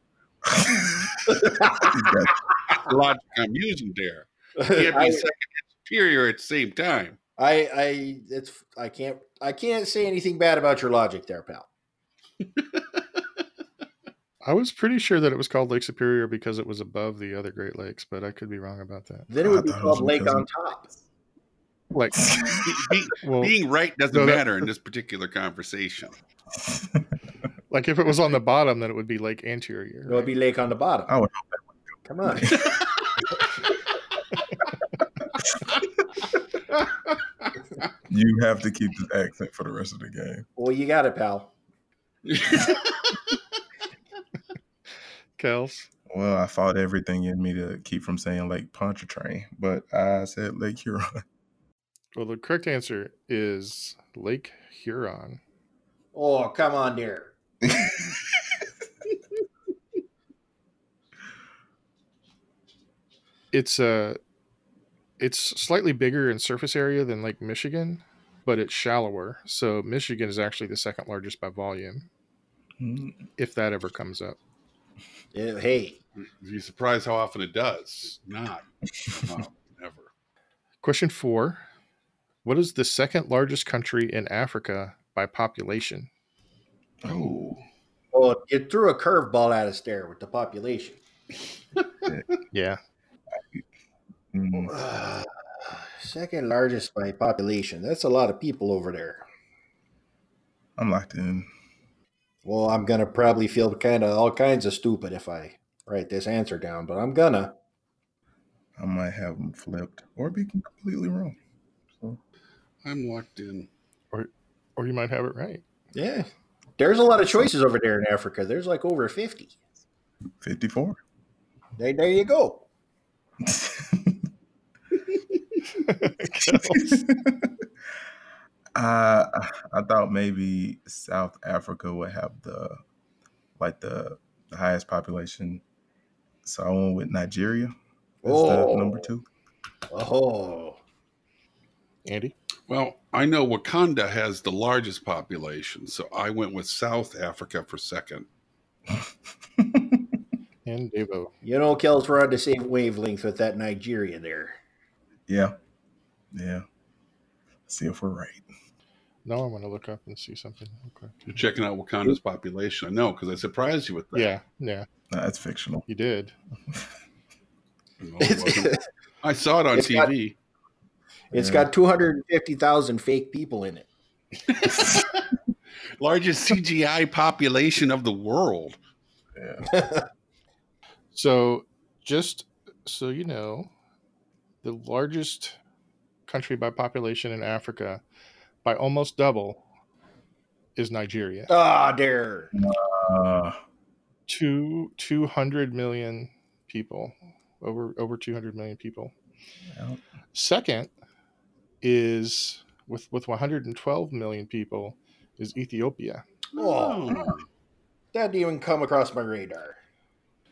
B: He's got-
D: Uh-huh.
C: The logic I'm using there. Can't be
A: I,
C: second and superior at the same time.
A: I, I, it's I can't I can't say anything bad about your logic there, pal.
D: I was pretty sure that it was called Lake Superior because it was above the other Great Lakes, but I could be wrong about that.
A: Then it
B: Oh, I
A: would be
B: thought it was
A: called Lake
B: because-
A: on Top.
D: Like,
C: Be- be-
D: well,
C: being right doesn't
D: No, that-
C: matter in this particular conversation.
D: like if it was on the bottom, then it would be Lake Anterior.
A: It would be Lake on the Bottom.
B: I would
A: Come on.
B: you have to keep this accent for the rest of the game.
A: well, you got it, pal.
D: Kels.
B: Well, I fought everything in me to keep from saying Lake Pontchartrain, but I said Lake Huron.
D: Well, the correct answer is Lake Huron.
A: Oh, come on, dear.
D: It's uh, it's slightly bigger in surface area than Lake Michigan, but it's shallower. So Michigan is actually the second largest by volume,
B: Hmm.
D: if that ever comes up.
A: Eh, Hey,
C: You'd be surprised how often it does. Not. Um, never.
D: Question four: What is the second largest country in Africa by population?
B: oh,
A: oh, you threw a curveball at us there with the population.
D: Yeah,
B: Hmm.
A: Uh, second largest by population. That's a lot of people over there.
B: I'm locked in.
A: Well, I'm gonna probably feel kind of all kinds of stupid if I write this answer down, but I'm gonna.
B: I might have them flipped or be completely wrong. So,
C: I'm locked in.
D: or you might have it right.
A: Yeah, there's a lot of choices over there in Africa. There's like over fifty.
B: 54.
A: There, there you go.
D: Kels.
B: Uh, I thought maybe South Africa would have the like the, the highest population. So I went with Nigeria as the number
A: Oh.
B: two.
A: Oh,
D: Andy.
C: Well, I know Wakanda has the largest population, so I went with South Africa for second.
D: And Devo.
A: you know, Kels, we're on the same wavelength with that Nigeria there.
B: Yeah. Yeah. see if we're right.
D: No, I'm going to look up and see something. Okay.
C: You're checking out Wakanda's population. I know because I surprised you with that.
D: Yeah, yeah,
B: No, that's fictional.
D: you did.
C: No, it wasn't. I saw it on
A: It's got-
C: TV.
A: It's
B: Yeah.
A: got two hundred and fifty thousand fake people in it.
C: Largest CGI population of the world.
B: Yeah.
D: So, just so you know, the largest country by population in Africa, by almost double, is Nigeria.
A: Ah, there.
B: Uh,
D: Two two hundred million people, over over two hundred million people.
B: well,
D: Second is with with one hundred and twelve million people is Ethiopia,
A: Oh.
C: Oh.
A: That didn't even come across my radar.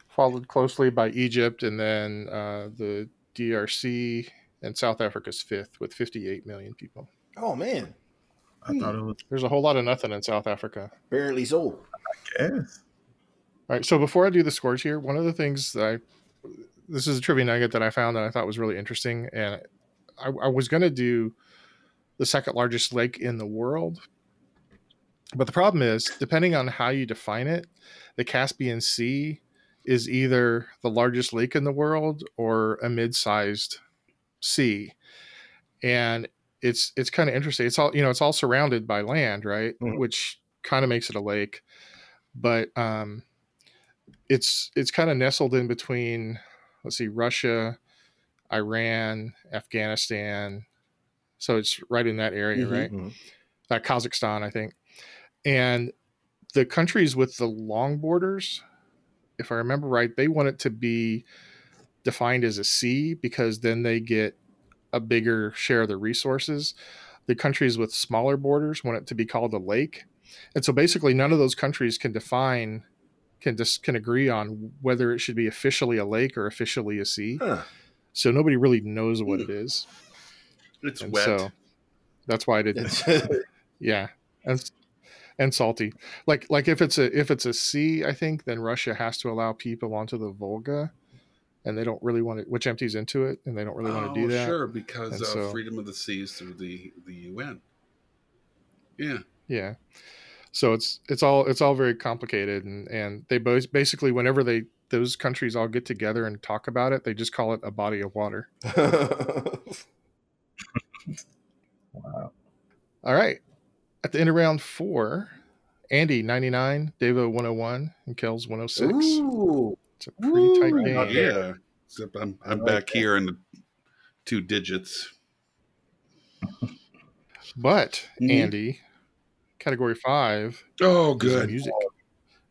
D: followed closely by Egypt, and then uh, the DRC. And South Africa's fifth with 58 million people.
A: Oh man,
B: I thought it was
D: There's a whole lot of nothing in South Africa.
A: barely so.
B: gas.
D: All right. So before I do the scores here, one of the things that I this is a trivia nugget that I found that I thought was really interesting, and I, I was going to do the second largest lake in the world, but the problem is, depending on how you define it, the Caspian Sea is either the largest lake in the world or a mid-sized sea, and it's it's kind of interesting. It's all you know, it's all surrounded by land, right?
A: Mhm.
D: Which kind of makes it a lake, but um, it's it's kind of nestled in between let's see russia iran afghanistan so it's right in that area
C: Mhm.
D: right uh, kazakhstan i think and the countries with the long borders if I remember right, they want it to be defined as a C because then they get a bigger share of the resources. The countries with smaller borders want it to be called a lake. And so basically none of those countries can define can just can agree on whether it should be officially a lake or officially a sea.
A: Huh.
D: So nobody really knows what it is.
C: Hmm. It's
D: And
C: wet.
D: so that's why I didn't yeah. And s- and salty. Like like if it's a if it's a sea, I think, then Russia has to allow people onto the Volga and they don't really want to which empties into it and they don't really want to do
C: Oh,
D: that.
C: Sure, because
D: And
C: of
D: so-
C: freedom of the seas through the the UN. Yeah,
D: yeah so it's it's all it's all very complicated and and they both basically whenever they those countries all get together and talk about it they just call it a body of water
B: Wow.
D: all right at the end of round four andy 99 davo 101 and kells 106
A: Ooh.
D: it's a pretty tight
A: Ooh,
D: game
A: yeah.
C: yeah. Except I'm I'm
D: Oh,
A: like
C: back
A: that.
C: here in the two digits.
D: but
C: Mhm.
D: andy category five
C: Oh,
D: is
C: good.
D: music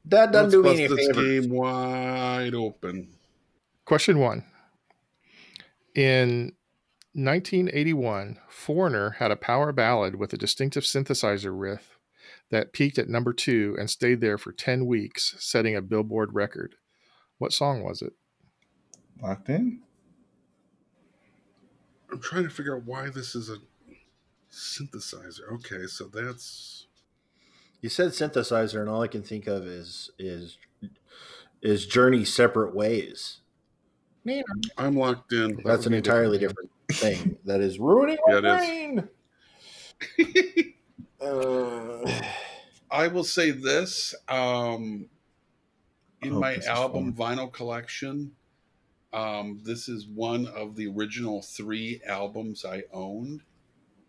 A: That doesn't
C: Let's
A: do
C: bust
A: me any
C: this
A: favors.
C: game wide open.
D: Question one. In 1981, Foreigner had a power ballad with a distinctive synthesizer riff that peaked at number two and stayed there for 10 weeks, setting a Billboard record. What song was it?
B: Locked in?
C: I'm trying to figure out why this is a synthesizer. Okay, so that's
A: You said synthesizer, and all I can think of is is is Journey Separate Ways.
C: I'm locked in.
D: That
A: That's an
D: would be a different
A: entirely
D: game.
A: different, thing. That is ruining my
C: Yeah, it is.
A: brain. Uh,
C: I will say this. Um in
B: Oh,
C: my
B: this is
C: album
B: fun.
C: vinyl collection, um, this is one of the original three albums I owned.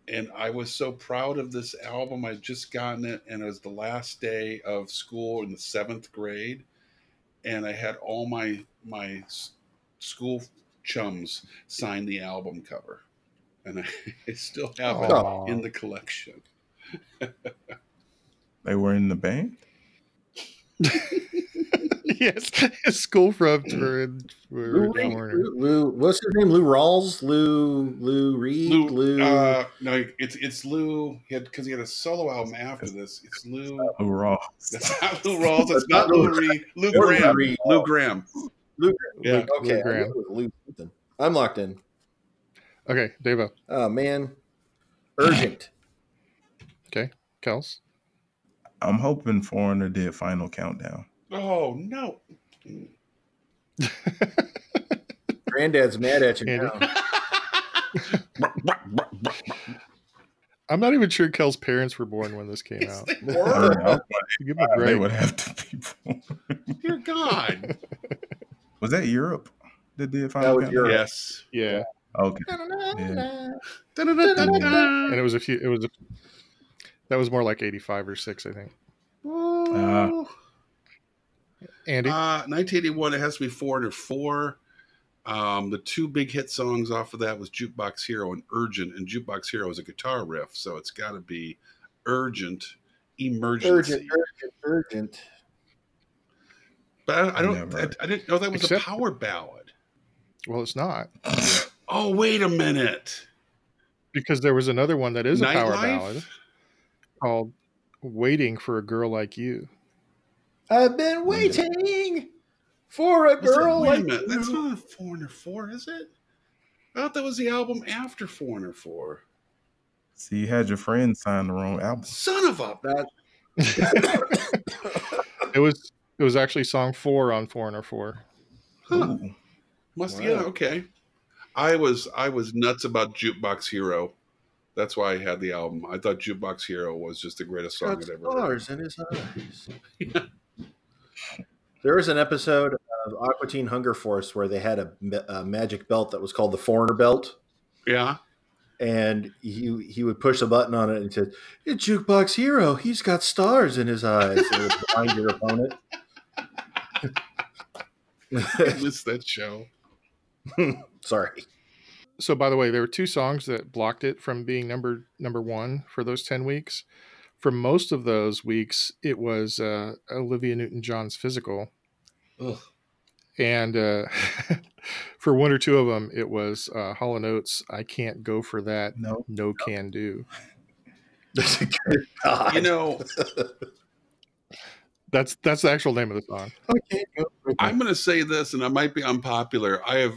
C: And I was so proud of this album. I'd just gotten it, and it was the last day of school in the seventh grade. And I had all my my s- school chums sign the album cover, and I, I still have
D: Aw.
C: it in the collection.
B: They were in the band?
D: yes, his school rubs were in, were
A: Lou,
D: in
A: Reed,
D: Foreigner.
A: Lou, Lou- what's his name? Lou Rawls, Lou, Lou Reed,
C: Lou,
A: Lou.
C: uh, no, it's it's Lou. He had because he had a solo album after this. It's Lou.
B: Lou Ross.
C: That's not Lou Rawls. It's
A: That's not
C: not
A: Lou-
C: Lou Reed. Lou
A: Lou
C: Graham.
A: Reed.
C: Lou Graham.
A: Lou,
C: Yeah.
D: Luke,
A: okay,
D: Lou
A: I knew
D: Graham.
A: it was Lou something. I'm locked in.
D: Okay, uh, Devo.
A: Oh man, urgent.
D: Kels.
B: I'm hoping Foreigner did Final Countdown.
C: Oh no.
A: Granddad's mad at you
D: Andy?
A: now.
D: I'm not even sure Kel's parents were born when this came
C: Yes,
D: out.
C: they
B: I
C: were.
B: mean, I was
D: Give him a
B: like, they
D: break.
B: would have to be born.
C: Dear God.
B: Was that Europe that did Final
A: That was
B: Countdown?
A: Europe.
C: Yes.
D: Yeah.
B: Okay.
C: Da-da-da-da-da.
D: and it was a few it was a, that was more like 85 or 6 i think
C: Ooh.
D: andy
C: Uh, 1981. It has to be four under four. Um, the two big hit songs off of that was Jukebox Hero and Urgent. And Jukebox Hero is a guitar riff, so it's got to be Urgent, Emergency.
A: Urgent, urgent, urgent.
C: But I, I don't.
B: Never.
C: I, I didn't know that was
D: Except-
C: a power ballad.
D: well it's not
C: Oh wait a minute.
D: because there was another one that is a power
C: Nightlife?
D: ballad called waiting for a girl like you
A: I've been
B: Wait.
A: waiting for a
C: Was that-
A: girl
C: wait
A: like
C: a minute. That's
A: you.
C: not a Foreigner Four, is it? I thought that was the album after Foreigner Four.
B: So you had your friend sign the wrong album.
C: Son of a.
A: That
D: it was it was actually song 4 on foreigner 4
C: Huh.
B: Ooh.
C: Must
A: Wow.
C: yeah okay. I was I was nuts about Jukebox Hero. That's why I had the album. I thought Jukebox Hero was just the greatest song
A: got
C: I'd ever heard.
A: stars in his eyes. There was an episode of Aqua Teen Hunger Force where they had a, ma- a magic belt that was called the Foreigner Belt,
C: Yeah.
A: and he he would push a button on it and said, "It's "Jukebox Hero, he's got stars in his eyes." It would blind your opponent.
C: I missed that show.
A: Sorry.
D: so by the way there were two songs that blocked it from being number number 1 for those 10 weeks for most of those weeks it was uh, olivia newton-john's physical
A: Ugh.
D: and uh, for one or two of them, it was uh, Hall and Oates. I can't go for that.
B: No.
D: No can do.
A: Good God.
C: You know,
D: That's that's the actual name of the song.
A: okay, go for it.
C: I'm going to say this, and I might be unpopular. I have,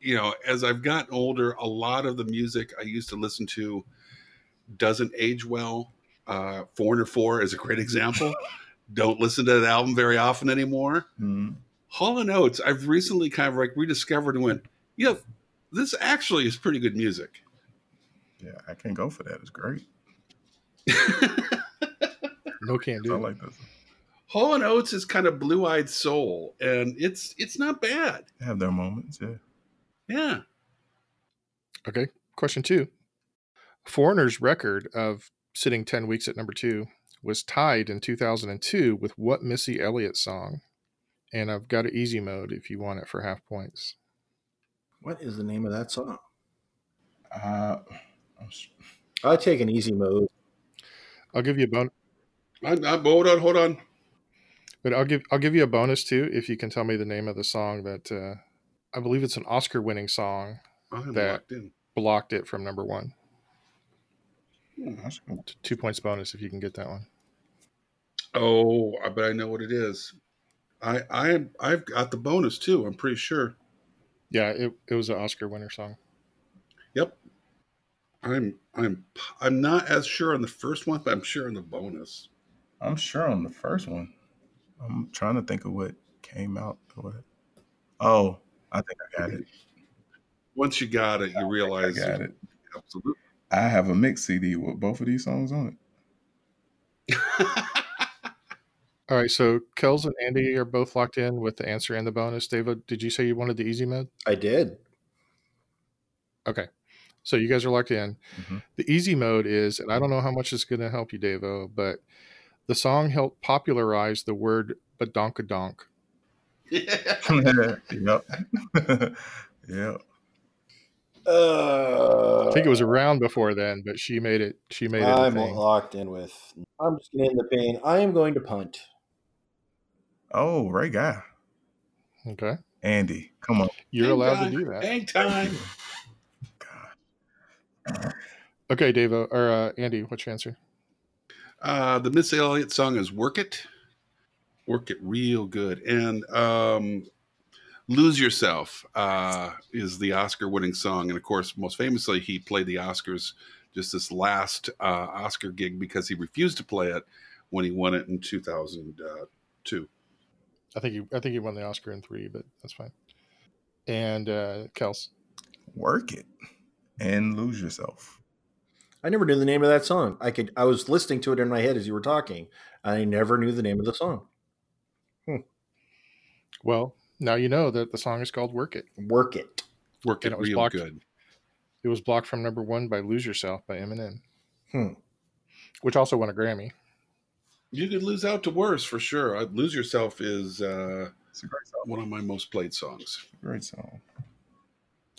C: you know, as I've gotten older, a lot of the music I used to listen to doesn't age well. Uh, Foreigner 4 is a great example. Don't listen to that album very often anymore.
B: Mhm.
C: Hall and Oates, I've recently kind of like rediscovered and went, yeah, this actually is pretty good music.
B: Yeah, I can't go for that. It's great.
D: No can
B: I
D: do.
B: like this.
C: Hall and Oates is kind of blue-eyed soul, and it's it's not bad.
B: They have their moments. Yeah.
C: Yeah,
D: Okay. Question two. Foreigner's record of sitting 10 weeks at number two was tied in 2002 with what Missy Elliott song? And I've got an easy mode if you want it for half points.
A: What is the name of that song?
B: Uh, I'm s-
A: I take an easy mode.
D: I'll give you a bonus,
C: I, I, hold on, hold on.
D: but I'll give I'll give you a bonus too if you can tell me the name of the song that uh, I believe it's an Oscar-winning song
C: I'm
D: That-
C: locked in.
D: blocked it from number one.
B: hmm, I should-
D: T- Two points bonus if you can get that one.
C: Oh, I bet I know what it is. I I I've got the bonus too. I'm pretty sure.
D: Yeah, it, it was an Oscar winner song.
C: Yep. I'm I'm I'm not as sure on the first one, but I'm sure on the bonus.
B: I'm sure on the first one. I'm trying to think of what came out. Or Oh, I think I got it.
C: Once you got it, you
B: I
C: realize
B: got it.
C: absolutely.
B: I have a mix CD with both of these songs on it.
D: All right, so Kels and Andy are both locked in with the answer and the bonus. David, did you say you wanted the easy mode?
A: I did.
D: Okay. So you guys are locked in.
A: Mm-hmm.
B: Mhm.
D: The easy mode is, and I don't know how much it's going to help you, Davo, but the song helped popularize the word badonkadonk.
B: yep. yep.
A: Uh,
D: I think it was around before then, but she made it. She made it a
A: I'm
D: thing.
A: locked in with. I'm just going to end the pain. I am going to punt.
B: Oh, right guy.
D: Okay,
B: Andy, come on.
D: you're
C: Hang
D: allowed
C: time,
D: to do that.
C: Hang time.
D: Okay, Davo or uh, Andy, what's your answer?
C: Uh, the Miss Elliott song is "Work It," "Work It" real good, and um, "Lose Yourself" uh, is the Oscar-winning song. And of course, most famously, he played the Oscars just this last uh, Oscar gig because he refused to play it when he won it in uh, 2002.
D: I think you. I think you won the Oscar in three, but that's fine. And uh, Kels,
B: Work it and lose yourself.
A: I never knew the name of that song. I could. I was listening to it in my head as you were talking. I never knew the name of the song.
D: well, now you know that the song is called "Work It."
A: Work it.
C: "Work
D: And
C: It"
D: it was
C: real
D: blocked.
C: good.
D: It was blocked from number one by "Lose Yourself" by Eminem,
A: Hmm.
D: which also won a Grammy.
C: You could lose out to worse for sure. Uh, "Lose Yourself" is uh,
B: It's a great song.
C: one of my most played songs.
B: Great song.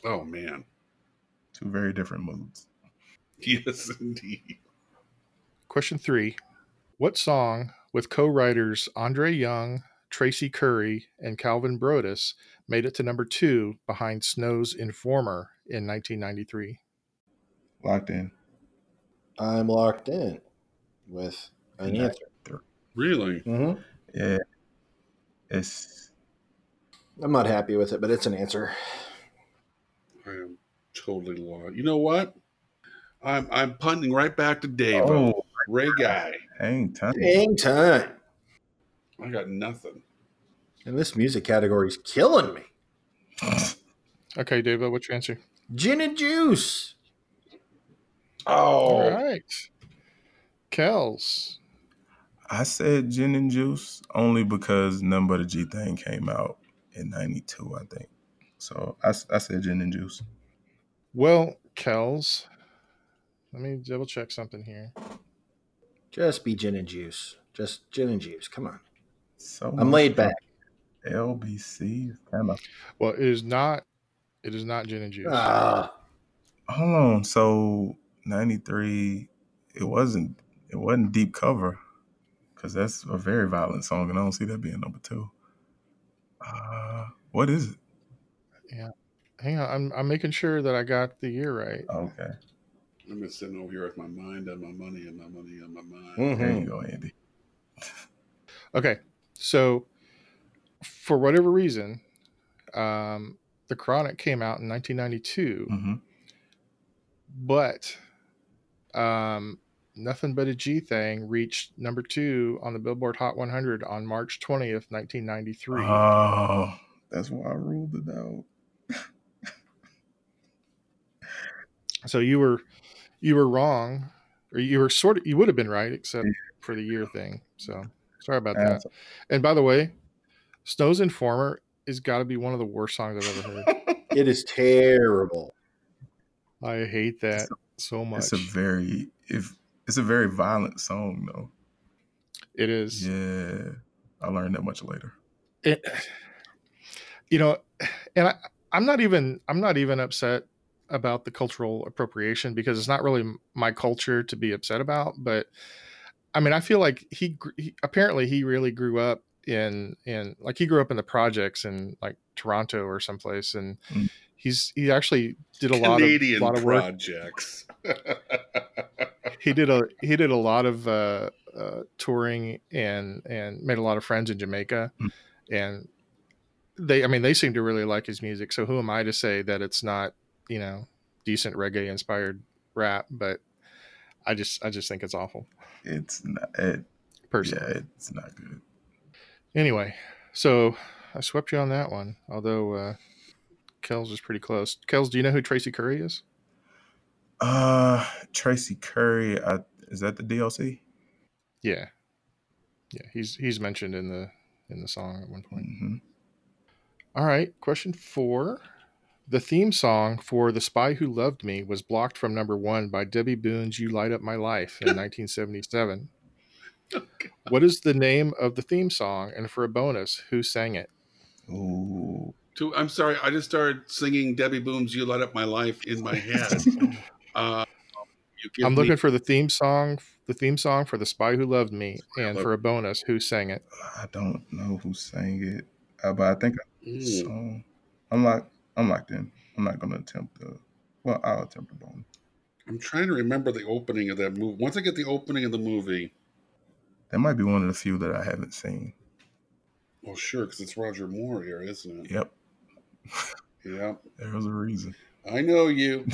C: Oh man,
B: Two very different moods.
C: yes indeed.
D: Question three What song with co writers Andre Young, Tracy Curry, and Calvin Brodus made it to number two behind Snow's Informer in 1993?
B: Locked in.
A: I'm locked in with an
B: Nice.
A: answer.
C: Really.
A: Mhm.
B: Yeah. It's
A: I'm not happy with it, but it's an answer.
C: I am totally lost. You know what? I'm I'm punting right back to Dave.
B: oh
C: Ray guy.
B: hang time.
A: Dang time.
C: I got nothing.
A: And this music category's killing me.
D: Okay, Deva, what's your answer?
A: Gin and juice.
C: Oh,
D: All right. Kels.
B: I said gin and juice only because none but a G thing came out in '92, I think. So I, s- I said gin and juice.
D: Well, Kels, let me double check something here.
A: Just be gin and juice. Just gin and juice. Come on.
B: So
A: I'm laid back.
B: LBC is kind of
D: Well, it is not. It is not gin and juice.
A: Ah,
B: hold on. So '93, it wasn't it wasn't deep cover because that's a very violent song, and I don't see that being number two. Uh, what is it?
D: Hang on, I'm I'm making sure that I got the year right.
B: Okay.
C: I'm just sitting over here with my mind on my money and my money on my mind.
D: Hmm.
B: There
A: Mhm.
B: you go, Andy.
D: Okay, so for whatever reason, um, the Chronic came out in 1992,
B: hmm
D: but um, Nothing But a G Thing reached number two on the Billboard Hot 100 on March 20th, 1993.
B: Oh, that's why I ruled it out.
D: so you were you were wrong, or you were sort of you would have been right except for the year thing. So sorry about that.
B: That's-
D: And by the way, Snow's Informer is got to be one of the worst songs I've ever heard.
A: It is terrible.
D: I hate that so much.
B: it's a very if it's a very violent song though.
D: It is.
B: Yeah, I learned that much later.
D: It, you know, and I, I'm not even I'm not even upset about the cultural appropriation because it's not really m- my culture to be upset about. But I mean, I feel like he, gr- he apparently he really grew up in in like he grew up in the projects in like Toronto or someplace, and
B: Mm.
D: he's he actually did a lot of
C: Canadian
D: lot of work
C: projects.
D: he did a he did a lot of uh, uh, touring and and made a lot of friends in Jamaica,
B: Mm.
D: and they I mean they seem to really like his music. So who am I to say that it's not you know decent reggae inspired rap? But I just I just think it's awful
B: It's not. It,
D: personally.
B: yeah, it's not good.
D: Anyway, so I swept you on that one. Although uh, Kells is pretty close. Kells, do you know who Tracy Curry is?
B: Uh, Tracy Curry. I, is that the DLC?
D: Yeah, yeah. He's he's mentioned in the in the song at one point.
B: hmm
D: All right, question four. The theme song for The Spy Who Loved Me was blocked from number one by Debbie Boone's You Light Up My Life in 1977. What is the name of the theme song? And for a bonus, who sang it?
B: Ooh.
C: To, I'm sorry, I just started singing Debbie Boom's "You Light Up My Life" in my head. Uh, you give
D: I'm
C: me-
D: looking for the theme song, the theme song for The Spy Who Loved Me. And
C: Loved
D: for a bonus, who sang it?
B: I don't know who sang it, uh, but I think I
C: Mm.
B: song. I'm like, I'm locked in. I'm not gonna attempt the. Well, I'll attempt the bonus.
C: I'm trying to remember the opening of that movie. Once I get the opening of the movie,
B: That might be one of the few that I haven't seen.
C: well, sure, because it's Roger Moore here, isn't it?
B: Yep,
C: Yeah,
B: there was a reason.
C: I know you.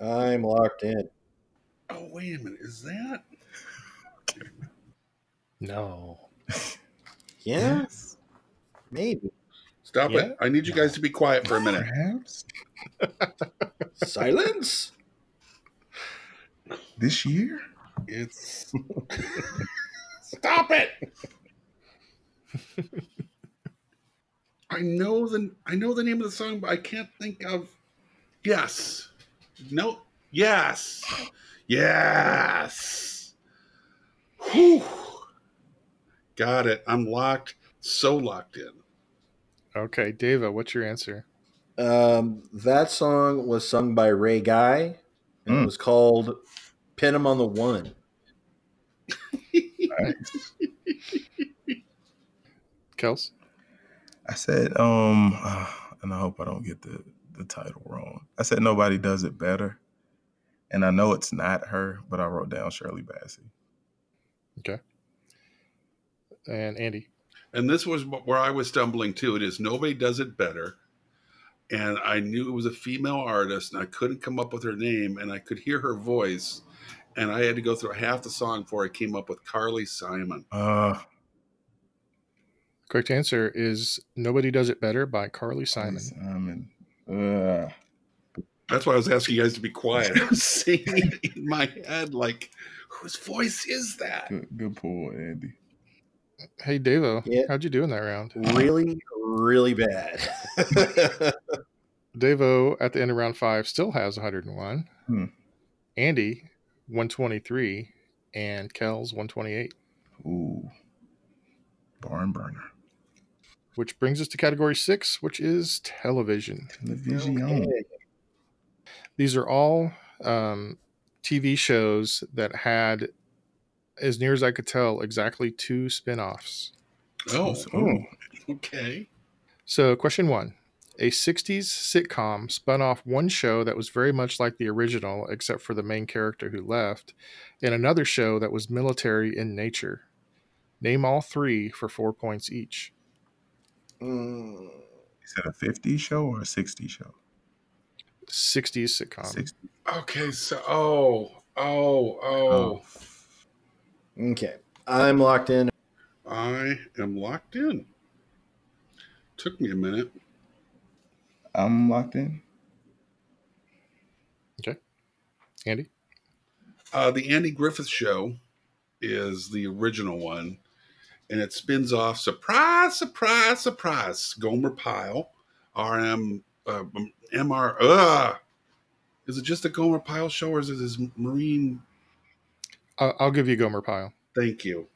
A: I'm locked in.
C: Oh, wait a minute, is that?
D: No.
A: Yeah,
B: Yes,
A: maybe.
C: Stop
D: Yeah?
C: it! I need you guys
D: No.
C: to be quiet for a minute.
B: perhaps
A: Silence.
B: this year.
C: It's stop it. I know the I know the name of the song, but I can't think of. Yes. No. Yes. Yes. Whew. Got it. I'm locked. So locked in.
D: Okay, Deva, what's your answer?
A: Um, that song was sung by Ray Guy, and
B: Mm.
A: it was called "Pin 'Em on the One."
B: Nice.
D: Kels?
B: I said, um, and I hope I don't get the the title wrong. I said nobody does it better, and I know it's not her, but I wrote down Shirley Bassey.
D: And Andy.
C: And this was wh- where I was stumbling too. It is nobody does it better. And I knew it was a female artist, and I couldn't come up with her name, and I could hear her voice, and I had to go through half the song before I came up with Carly Simon.
B: Uh,
D: Correct answer is Nobody Does It Better by Carly Simon.
B: Simon. Uh,
C: That's why I was asking you guys to be quiet. I was singing it in my head, like, whose voice is that?
B: good, good pull, Andy.
D: Hey, Devo,
A: Yeah.
D: how'd you do in that round?
A: Really, really bad.
D: Devo at the end of round five still has 101.
B: Hmm.
D: Andy, 123. And Kells, 128.
B: Ooh, barn burner.
D: Which brings us to category six, which is television.
B: Television.
A: Okay.
D: These are all um, TV shows that had, as near as I could tell, exactly two spin offs.
C: Oh,
B: Ooh,
C: Okay.
D: So, question one A 60s sitcom spun off one show that was very much like the original, except for the main character who left, and another show that was military in nature. Name all three for four points each.
A: Mm,
B: Is that a 50 show or a 60 show?
D: 60s sitcom.
B: 60.
C: Okay. So, oh, oh,
B: Oh,
C: oh.
A: okay. I'm locked in.
C: I am locked in. Took me a minute.
B: I'm locked in.
D: Andy?
C: Uh, the Andy Griffith Show is the original one, and it spins off surprise, surprise, surprise. Gomer Pyle, RM, uh, MR. Ugh. Is it just a Gomer Pyle show, or is it his Marine?
D: I'll, I'll give you Gomer Pyle.
C: Thank you.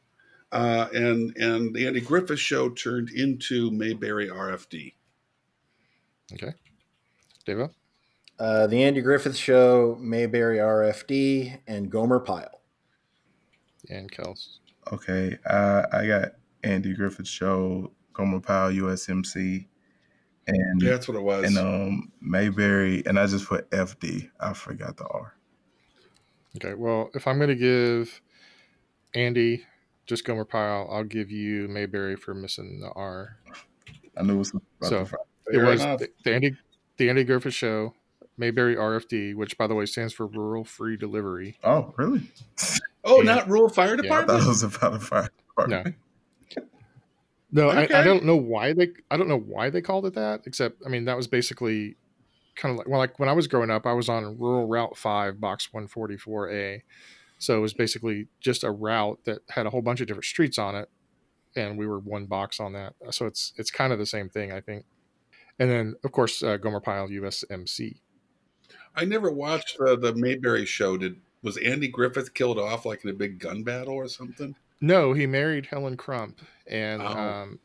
C: Uh, and and the Andy Griffith Show turned into Mayberry RFD.
D: Deva?
A: Uh, the Andy Griffith Show, Mayberry RFD, and Gomer Pyle.
D: And Kels.
B: Okay, uh, I got Andy Griffith Show, Gomer Pyle, USMC, and
C: That's what it was.
D: uh,
B: and um Mayberry, and I just put FD. I forgot the R.
D: Okay, well, if I'm going to give Andy just Gomer Pyle, I'll give you Mayberry for missing the R.
B: I knew it was about
D: So,
B: the fr-
D: it
C: Fair
D: was
C: enough.
D: the, the Andy the Andy Griffith Show, Mayberry RFD, which by the way stands for Rural Free Delivery.
B: Oh, really?
C: Oh,
D: Yeah.
C: not Rural Fire
B: I thought
C: Department.
B: it was about a fire department.
D: No, I,
C: Okay.
D: I don't know why they I don't know why they called it that. Except I mean that was basically kind of like well like when I was growing up I was on Rural Route Five, Box One Forty Four A, so it was basically just a route that had a whole bunch of different streets on it, and we were one box on that. So it's it's kind of the same thing I think. And then of course uh, Gomer Pyle USMC.
C: I never watched uh, the, the Mayberry show. Did was Andy Griffith killed off like in a big gun battle or something?
D: No, he married Helen Crump, and
C: Oh.
D: um,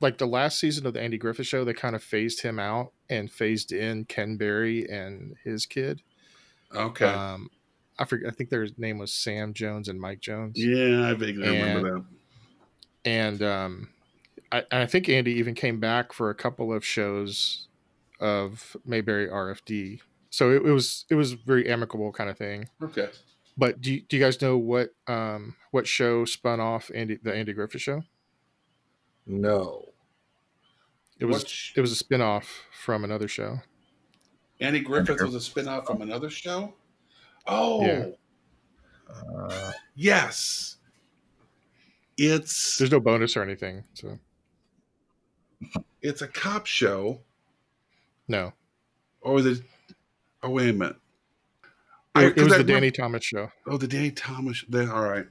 D: like the last season of the Andy Griffith Show, they kind of phased him out and phased in Ken Berry and his kid.
C: Okay.
D: Um, I forget. I think their name was Sam Jones and Mike Jones.
C: yeah, I vaguely remember
D: And um, I, and I think Andy even came back for a couple of shows of Mayberry RFD. So it, it was it was very amicable kind of thing.
C: that. Okay.
D: But do you, do you guys know what um what show spun off Andy the Andy Griffith Show?
A: No.
D: It was
C: Which,
D: it was a spinoff from another show.
C: Andy Griffith
B: Griffith.
C: was a spinoff from another show. Oh,
D: Yeah.
B: Uh,
C: yes. It's
D: There's no bonus or anything. So
C: it's a cop show,
D: no,
C: or is it? Oh wait a minute. I-
D: it, it
C: Oh, 'cause
D: was
C: I
D: the
C: remember-
D: Danny Thomas show.
C: Oh, the Danny Thomas. Then all right.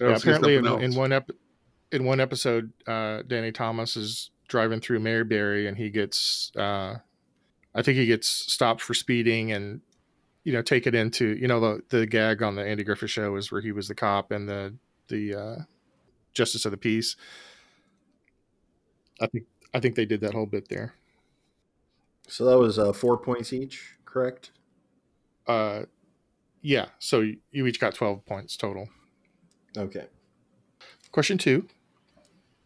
C: I
D: Yeah,
C: was thinking
D: apparently, in,
C: something
D: in
C: else.
D: one ep- in one episode, uh, Danny Thomas is driving through Maryberry, and he gets, uh, I think he gets stopped for speeding, and you know, taken into, you know, the the gag on the Andy Griffith show is where he was the cop and the the uh, justice of the peace. I think I think they did that whole bit there.
A: So that was uh, four points each, correct?
D: Uh, yeah, so you you each got twelve points total.
A: Okay.
D: Question two.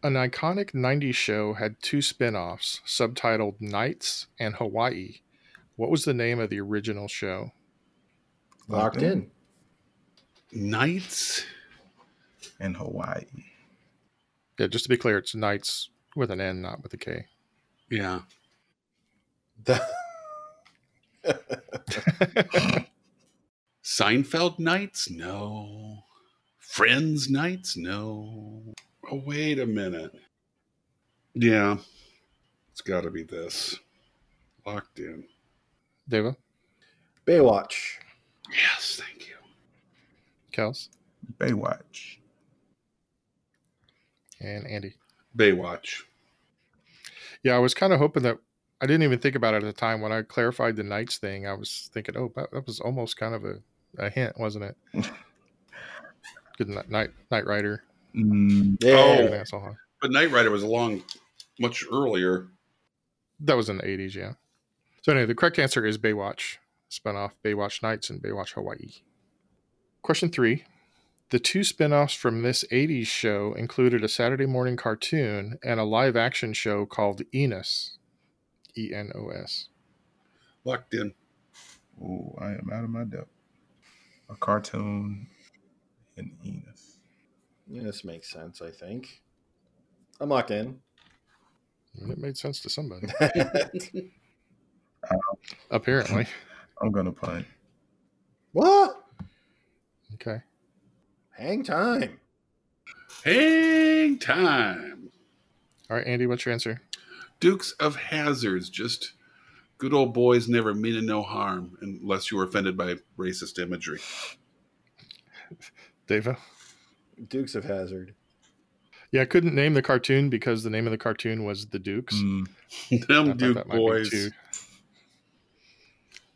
D: An iconic 90s show had two spin offs subtitled Nights and Hawaii. What was the name of the original show?
A: Locked
B: Okay.
A: in.
C: Knights.
B: in Hawaii.
D: Yeah, just to be clear, it's Nights with an N, not with a K.
C: Yeah. Seinfeld nights? No. Friends nights? No. Oh, wait a minute. Yeah, it's got to be this. Locked in.
D: Deva,
A: Baywatch.
C: Yes, thank you.
D: Kels,
B: Baywatch.
D: and Andy.
C: Baywatch.
D: Yeah, I was kind of hoping that I didn't even think about it at the time when I clarified the Nights thing. I was thinking, oh, that, that was almost kind of a, a hint, wasn't it? Good night, night, night rider.
B: Mm,
D: You're an
A: Yeah.
D: asshole, huh?
C: But Knight Rider was along much earlier.
D: That was in the 80s, yeah. So anyway, the correct answer is Baywatch, spun off Baywatch Nights and Baywatch Hawaii. Question three. The two spin-offs from this 80s show included a Saturday morning cartoon and a live action show called Enos. E N O S.
C: Locked in.
B: Oh, I am out of my depth. A cartoon and Enos.
A: Yeah, this makes sense, I think. I'm locked in.
D: And it made sense to somebody, apparently.
B: I'm gonna punt.
A: what?
D: Okay.
A: Hang time.
C: Hang time.
D: All right, Andy, what's your answer?
C: Dukes of Hazards, just good old boys never meaning no harm unless you were offended by racist imagery.
D: Deva?
A: Dukes of Hazard.
D: Yeah, I couldn't name the cartoon because the name of the cartoon was The Dukes.
B: Mm,
D: I
C: Them
D: thought
C: Duke
D: that might be
C: boys.
D: too-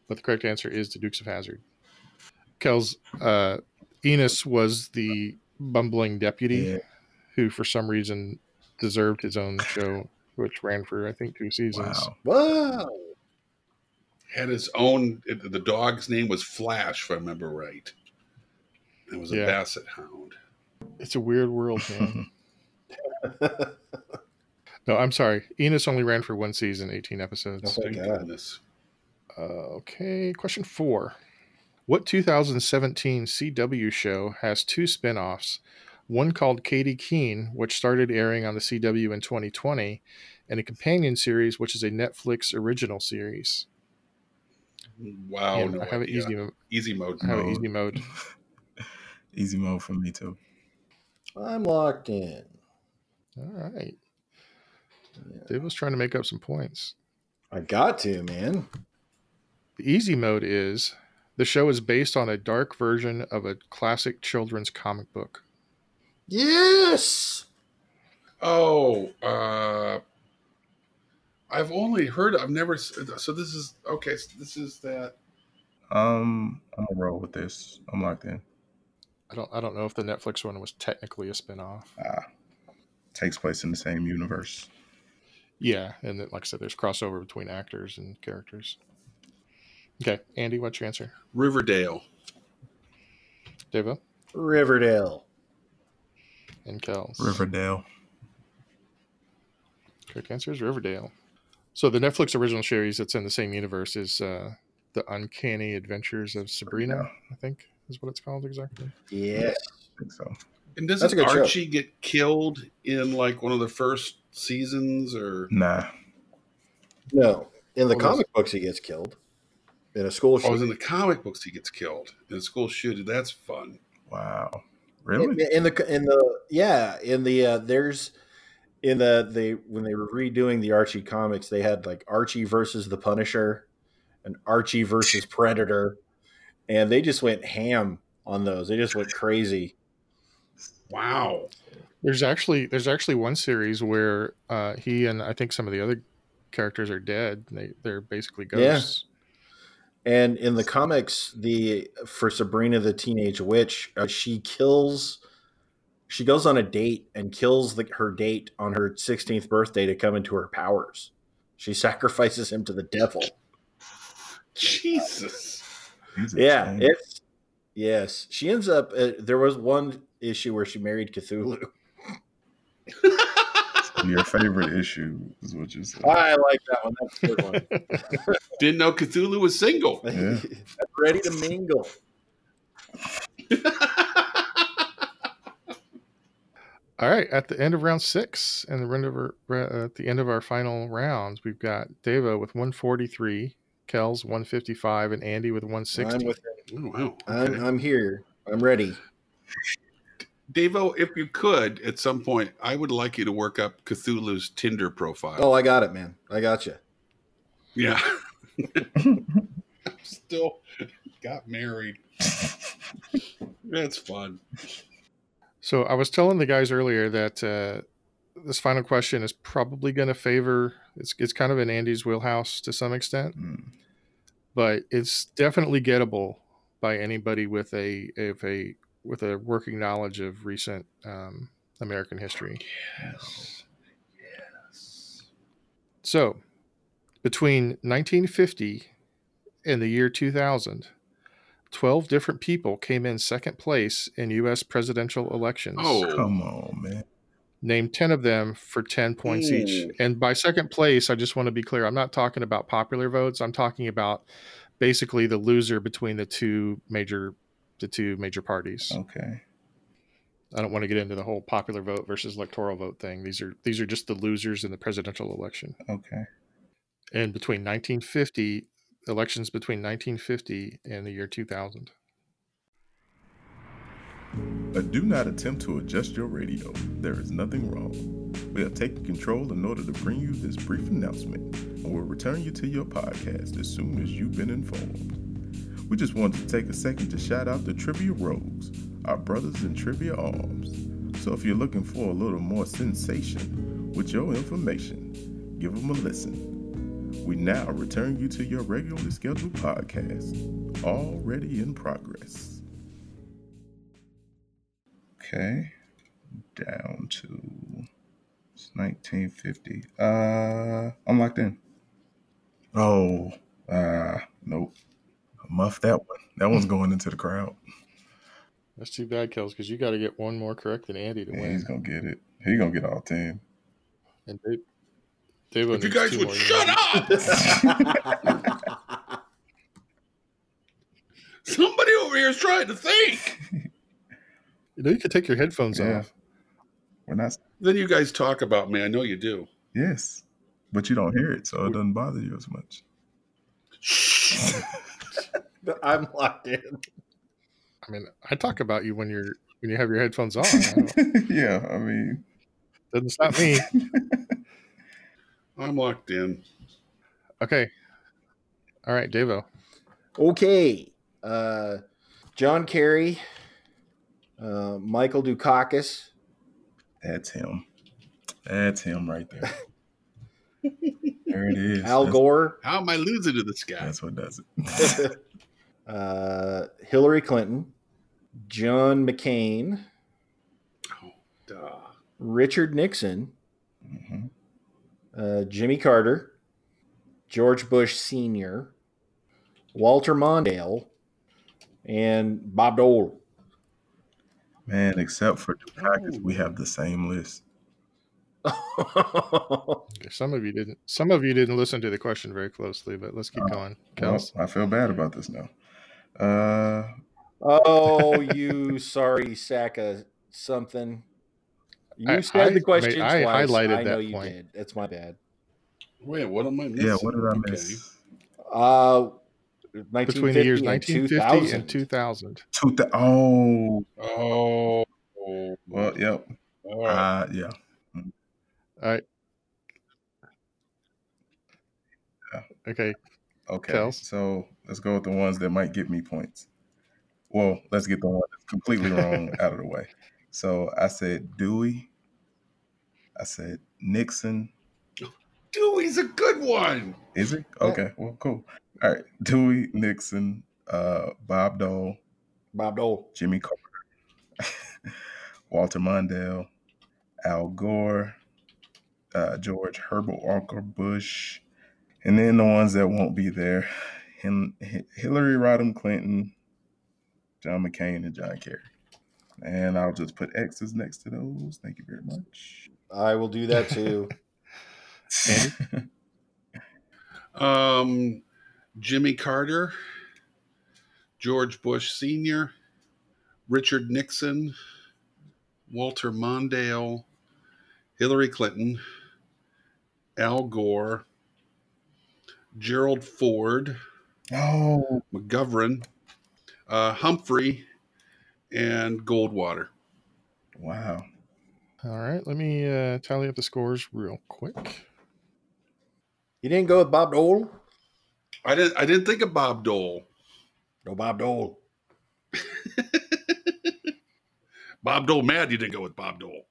D: But the correct answer is the Dukes of Hazard. Kells uh, Enos was the bumbling deputy
B: yeah.
D: who, for some reason, deserved his own show, which ran for I think two seasons.
B: Wow.
A: Wow.
C: Had his own, it- the dog's name was Flash, if I remember right. It was a
D: Yeah.
C: basset hound.
D: It's a weird world, man. no, I'm sorry. Enos only ran for one season, 18 episodes.
A: Oh, thank God.
C: goodness.
D: Uh, okay, question four. What 2017 CW show has two spin offs? One called Katie Keene, which started airing on the CW in 2020, and a companion series, which is a Netflix original series.
C: Wow.
D: And
C: Oh, no
D: I have it
C: idea.
D: easy. mo-
C: easy mode.
D: I have it
B: Mode.
D: easy mode.
B: Easy mode for me too.
A: I'm locked in.
D: All right,
A: Yeah.
D: Dave was trying to make up some points.
A: I got to, man.
D: The easy mode is the show is based on a dark version of a classic children's comic book.
A: Yes.
C: Oh, uh, I've only heard. I've never. s- So this is okay. So this is that.
B: Um, I'm gonna roll with this. I'm locked in.
D: I don't. I don't know if the Netflix one was technically a spin off.
B: Ah, takes place in the same universe.
D: Yeah, and then, like I said, there's crossover between actors and characters. Okay, Andy, what's your answer?
C: Riverdale.
D: Deva
A: Riverdale.
D: and Kells.
B: Riverdale.
D: Correct answer is Riverdale. So the Netflix original series that's in the same universe is uh, the Uncanny Adventures of Sabrina.
B: Sabrina.
D: I think is what it's called exactly.
A: Yes.
B: I think so.
C: And
A: That's a
C: doesn't
A: good show.
C: Archie get killed in like one of the first seasons? Or
B: Nah.
A: No. In the
D: Well,
A: comic books, he gets killed in a school
C: oh, it was in
A: shooting.
C: the comic books he gets killed in a school shooting. That's fun.
B: Wow. Really?
A: In, in the in the yeah in the uh, there's in the they when they were redoing the Archie comics, they had like Archie versus the Punisher, and Archie versus Predator, and they just went ham on those. They just went crazy.
C: Wow.
D: There's actually there's actually one series where uh, he and I think some of the other characters are dead. They they're basically
A: Yeah.
D: ghosts.
A: And in the comics, the for Sabrina the Teenage Witch, uh, she kills. She goes on a date and kills the, her date on her 16th birthday to come into her powers. She sacrifices him to the devil.
C: Jesus.
B: He's a
A: Yeah,
B: shame.
A: it's yes. She ends up. Uh, there was one issue where she married Cthulhu.
B: Your favorite issue is what you said.
A: I like that one. That's a good one.
C: Didn't know Cthulhu was single.
B: Yeah.
A: I'm ready to mingle.
D: All right, at the end of round six and the end of our, uh, at the end of our final rounds, we've got Deva with 143, Kells 155, and Andy with 160.
A: I'm with.
C: Oh, wow.
A: I'm, I'm here. I'm ready.
C: Davo, if you could, at some point, I would like you to work up Cthulhu's Tinder profile.
A: Oh, I got it, man. I got you.
C: Yeah. Still got married. That's fun.
D: So I was telling the guys earlier that uh, this final question is probably going to favor. It's it's kind of in Andy's wheelhouse to some extent.
B: Mm.
D: but it's definitely gettable by anybody with a if a with a working knowledge of recent um, American history.
C: Yes. Yes.
D: So, between 1950 and the year 2000, 12 different people came in second place in U.S. presidential elections.
C: Oh,
B: Come on, man.
D: Name 10 of them for 10 points each.
C: Ooh.
D: And by second place, I just want to be clear I'm not talking about popular votes. I'm talking about basically the loser between the two major the two major parties.
B: Okay.
D: I don't want to get into the whole popular vote versus electoral vote thing. These are these are just the losers in the presidential election.
B: Okay.
D: And between 1950 elections between 1950 and the year 2000.
B: But do not attempt to adjust your radio. There is nothing wrong. We are taking control in order to bring you this brief announcement, and we'll return you to your podcast as soon as you've been informed. We just wanted to take a second to shout out the Trivia Rogues, our brothers in Trivia Arms. So if you're looking for a little more sensation with your information, give them a listen. We now return you to your regularly scheduled podcast, already in progress. Okay, down to it's 1950. Uh, I'm locked in. Oh, uh, nope. Muff that one. That one's going into the crowd.
D: That's too bad, Kels, because you got to get one more correct than Andy to
B: Yeah,
D: win.
B: he's gonna get it. He's gonna get all ten.
D: And Dave, Dave
C: if you guys would shut up, somebody over here is trying to think.
D: You know, you could take your headphones
B: Yeah.
D: off.
B: We're not.
C: Then you guys talk about me. I know you do.
B: Yes, but you don't hear it, so it doesn't bother you as much.
A: I'm locked in.
D: I mean, I talk about you when you're when you have your headphones on. I don't-
B: yeah, I mean,
D: Doesn't stop me.
C: I'm locked in.
D: Okay. All right, Davo.
A: Okay. Uh, John Kerry, uh, Michael Dukakis,
B: that's him. That's him right there. there it is.
A: Al
B: that's,
A: Gore,
C: How am I losing to this guy?
B: That's what does it.
A: uh, Hillary Clinton, John McCain,
C: Oh, duh.
A: Richard Nixon,
B: Mhm.
A: uh, Jimmy Carter, George Bush Sr., Walter Mondale, and Bob Dole.
B: Man, except for Dukakis, we have the same list.
D: Some of you didn't. Some of you didn't listen to the question very closely, but let's keep
B: Uh,
D: going,
B: Well,
D: Kels.
B: I feel bad about this now. Uh,
A: oh, you sorry sack of something. You
D: I-
A: said
D: I
A: the
D: made-
A: question
D: I
A: twice.
D: highlighted
A: I know
D: that
A: you
D: point.
A: did. That's my bad.
C: Wait, what am I missing?
B: yeah, what did I miss?
A: Uh,
D: Between the years
A: 1950
D: 1950
A: and
D: and
A: 2000.
D: 2000.
B: Two thou- oh,
C: Okay. Oh. oh,
B: well, yep.
C: all right.
B: Uh, yeah.
D: All right.
B: Yeah.
D: Okay.
B: Okay.
D: Kels?
B: So let's go with the ones that might get me points. Well, let's get the one that's completely wrong out of the way. So I said Dewey. I said Nixon.
C: Dewey's a good one.
B: Is it?
A: Yeah.
B: Okay. Well, cool. All right. Dewey, Nixon, uh, Bob Dole,
A: Bob Dole.
B: Jimmy Carter, Walter Mondale, Al Gore, uh, George Herbert Walker Bush, and then the ones that won't be there: Him, Hi- Hillary Rodham Clinton, John McCain, and John Kerry. And I'll just put X's next to those. Thank you very much.
A: I will do that too.
C: Um, Jimmy Carter, George Bush Sr., Richard Nixon, Walter Mondale, Hillary Clinton, Al Gore, Gerald Ford,
B: oh,
C: McGovern, uh, Humphrey, and Goldwater.
B: wow.
D: All right. Let me uh, tally up the scores real quick.
A: you didn't go with Bob Dole?
C: I didn't. I didn't think of Bob Dole.
A: No, Bob Dole.
C: Bob Dole, mad you didn't go with Bob Dole.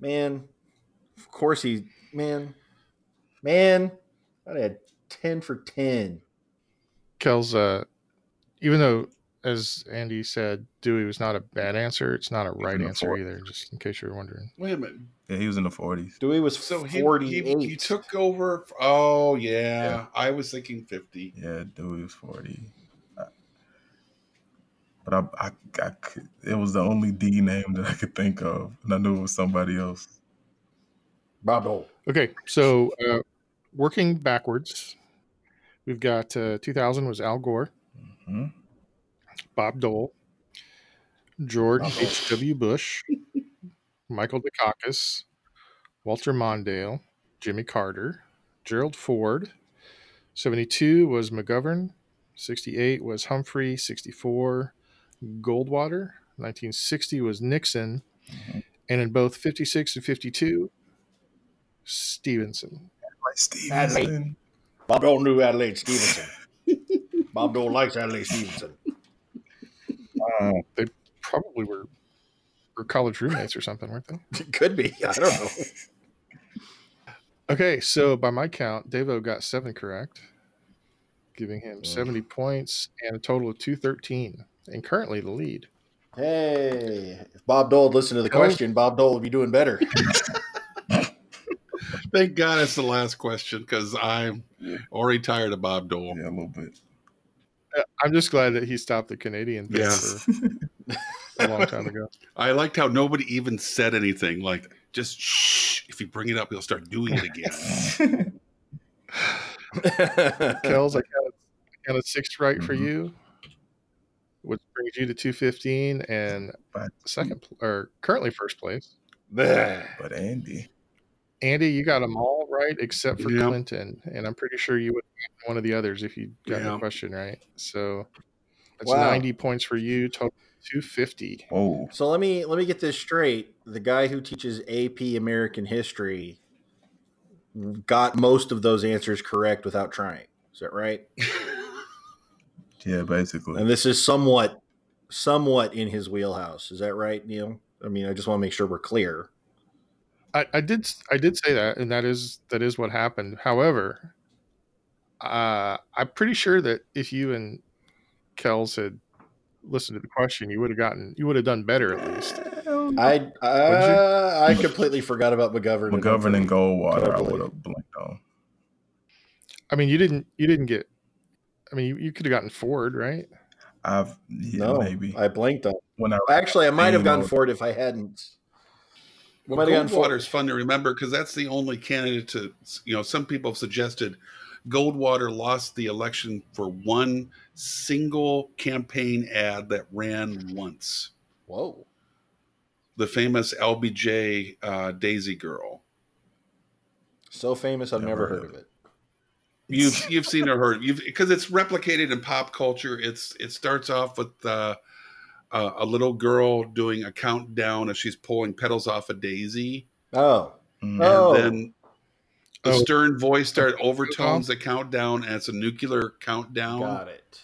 A: man, of course he. Man, man, I had ten for ten.
D: Kels, uh, even though, as Andy said, Dewey was not a bad answer, it's not a right
B: couldn't
D: answer
B: afford
D: either, just in case you were wondering.
C: Wait a minute.
B: Yeah, he was in the forties.
A: Dewey was
C: So he, he,
A: forty-eight.
C: he took over. f- Oh yeah,
B: Yeah.
C: I was thinking fifty.
B: Yeah, Dewey was forty. but I, I, I could- it was the only D name that I could think of, and I knew it was somebody else.
A: Bravo.
D: Okay, so uh, working backwards, we've got uh, 2000 was Al Gore,
A: Mm-hmm.
B: hmm
D: Bob Dole, George
A: Bob Dole.
D: H.W. Bush, Michael Dukakis, Walter Mondale, Jimmy Carter, Gerald Ford. 72 was McGovern, 68 was Humphrey, 64 Goldwater, 1960 was Nixon,
A: Mm-hmm.
B: Mhm.
D: and in both 56 and 52, Stevenson.
B: Like Stevenson.
A: Bob Dole knew Adelaide Stevenson. Bob Dole likes Adelaide Stevenson.
B: Wow.
D: Probably were, were college roommates or something, weren't they?
A: Could be. I don't know.
D: Okay, so by my count, Devo got seven correct, giving him
A: Mm.
D: 70 points and a total of 213, and currently the lead.
A: Hey, if Bob Dole had listened to the
D: Dole-
A: question, Bob Dole would be doing better.
C: Thank God it's the last question because I'm already tired of Bob Dole.
B: Yeah, a little bit.
D: Uh, I'm just glad that he stopped the Canadian thing
C: Yeah.
D: for a long time ago.
C: I liked how nobody even said anything. Like, just shh. If you bring it up, he'll start doing it again.
D: Kells, I counted, I counted six right for
B: Mhm.
D: you, which brings you to 215 and
B: But-
D: second pl- or currently first place.
A: Bleh.
B: but Andy,
D: Andy, you got them all right except for
C: Yeah.
D: Clinton, and I'm pretty sure you would have gotten one of the others if you got
C: Yeah.
D: the question right. So that's
A: Wow.
D: 90 points for you, total 250.
B: whoa,
A: so let me let me get this straight. The guy who teaches AP American history got most of those answers correct without trying. Is that right?
B: yeah, basically.
A: And this is somewhat somewhat in his wheelhouse. Is that right, Neil? I mean, I just want to make sure we're clear.
D: I, I did s- I did say that, and that is that is what happened. However, uh, I'm pretty sure that if you and Kells had listened to the question, you would have gotten you would have done better at least.
B: Hell no.
A: I uh, I completely forgot about McGovern.
B: McGovern and
A: Humphrey.
B: Goldwater, I
A: Totally.
B: would have blinked on.
D: I mean, you didn't you didn't get. I mean, you, you could have gotten Ford, right?
B: I've yeah,
A: no,
B: maybe
A: I blanked on.
B: when I
A: Actually, I might have
B: Dang,
A: gotten
B: Lord.
A: for it if I hadn't.
C: Well,
A: Might have gotten four.
C: Goldwater's fun to remember because that's the only candidate to, you know, some people have suggested Goldwater lost the election for one single campaign ad that ran once
A: Whoa.
C: the famous LBJ uh, Daisy Girl.
A: So famous, I've never, heard of it.
C: You've you've seen or heard you've because it's replicated in pop culture. It's it starts off with uh, uh, a little girl doing a countdown as she's pulling petals off a daisy,
A: Oh,
B: Mm,
C: and
A: Oh.
C: then the
D: Oh.
C: stern voice start overtones the countdown, and it's a nuclear countdown.
A: Uh-huh. got it.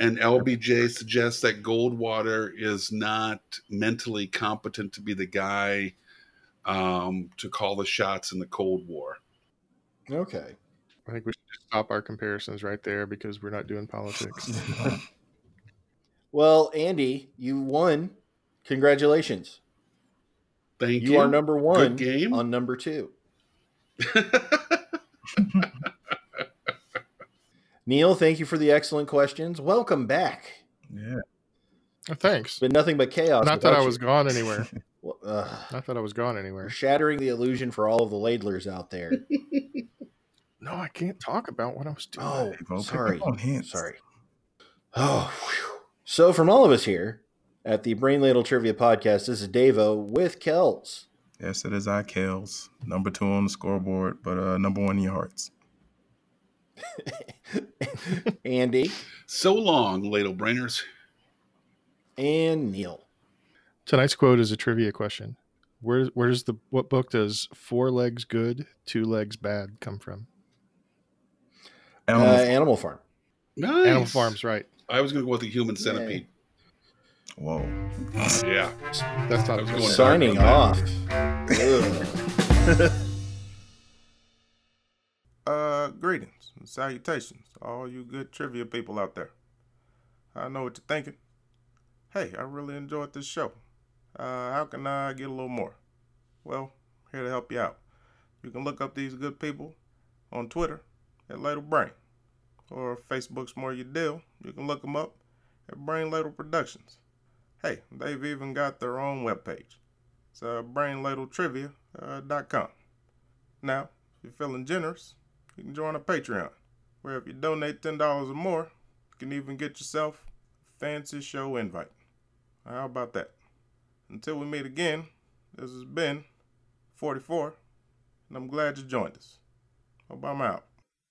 C: And LBJ suggests that Goldwater is not mentally competent to be the guy um, to call the shots in the Cold War.
A: Okay.
D: I think we should just stop our comparisons right there because we're not doing politics.
A: Well, Andy, you won. Congratulations.
C: Thank you.
A: You are number one
C: Good game.
A: on number two. Neil, thank you for the excellent questions. Welcome back.
B: yeah,
D: Oh,
A: It's
D: thanks.
A: been nothing but chaos.
D: Not that
A: without
D: I
A: you.
D: was gone anywhere.
A: Well, ugh.
D: Not that I was gone
A: You're
D: anywhere.
A: shattering the illusion for all of the ladlers out there.
D: No, I can't talk about what I was doing.
A: Oh,
B: Devo, pick
A: sorry.
B: up on hints.
A: Sorry. Oh, whew. so from all of us here at the Brain Ladle Trivia Podcast, this is Davo with Kells.
B: Yes, it is I Kels, number two on the scoreboard, but uh, number one in your hearts.
A: Andy
C: so long, ladle brainers.
A: and Neil.
D: Tonight's quote is a trivia question. Where where's the what book does four legs good, two legs bad come from?
A: Animal,
B: Animal
A: uh, Animal Farm.
C: Nice.
D: Animal Farms, right?
C: I was going to go with the human centipede.
B: Whoa.
C: Yeah.
D: That's not
C: I was
D: a
C: going
D: question.
C: dark
A: Signing
C: on
A: off.
C: that.
A: Ugh.
B: Uh, greetings and salutations, to all you good trivia people out there. I know what you're thinking. Hey, I really enjoyed this show. Uh, how can I get a little more? Well, here to help you out. You can look up these good people on Twitter at Ladle Brain or Facebook's More Your Deal. You can look them up at Brain Ladle Productions. Hey, they've even got their own webpage. It's uh, brainladletrivia.com. Now, if you're feeling generous, you can join a Patreon, where if you donate $10 or more, you can even get yourself a fancy show invite. How about that? Until we meet again, this has been 44, and I'm glad you joined us. Hope I'm out.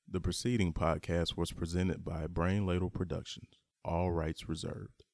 B: The preceding podcast was presented by Brain Ladle Productions, all rights reserved.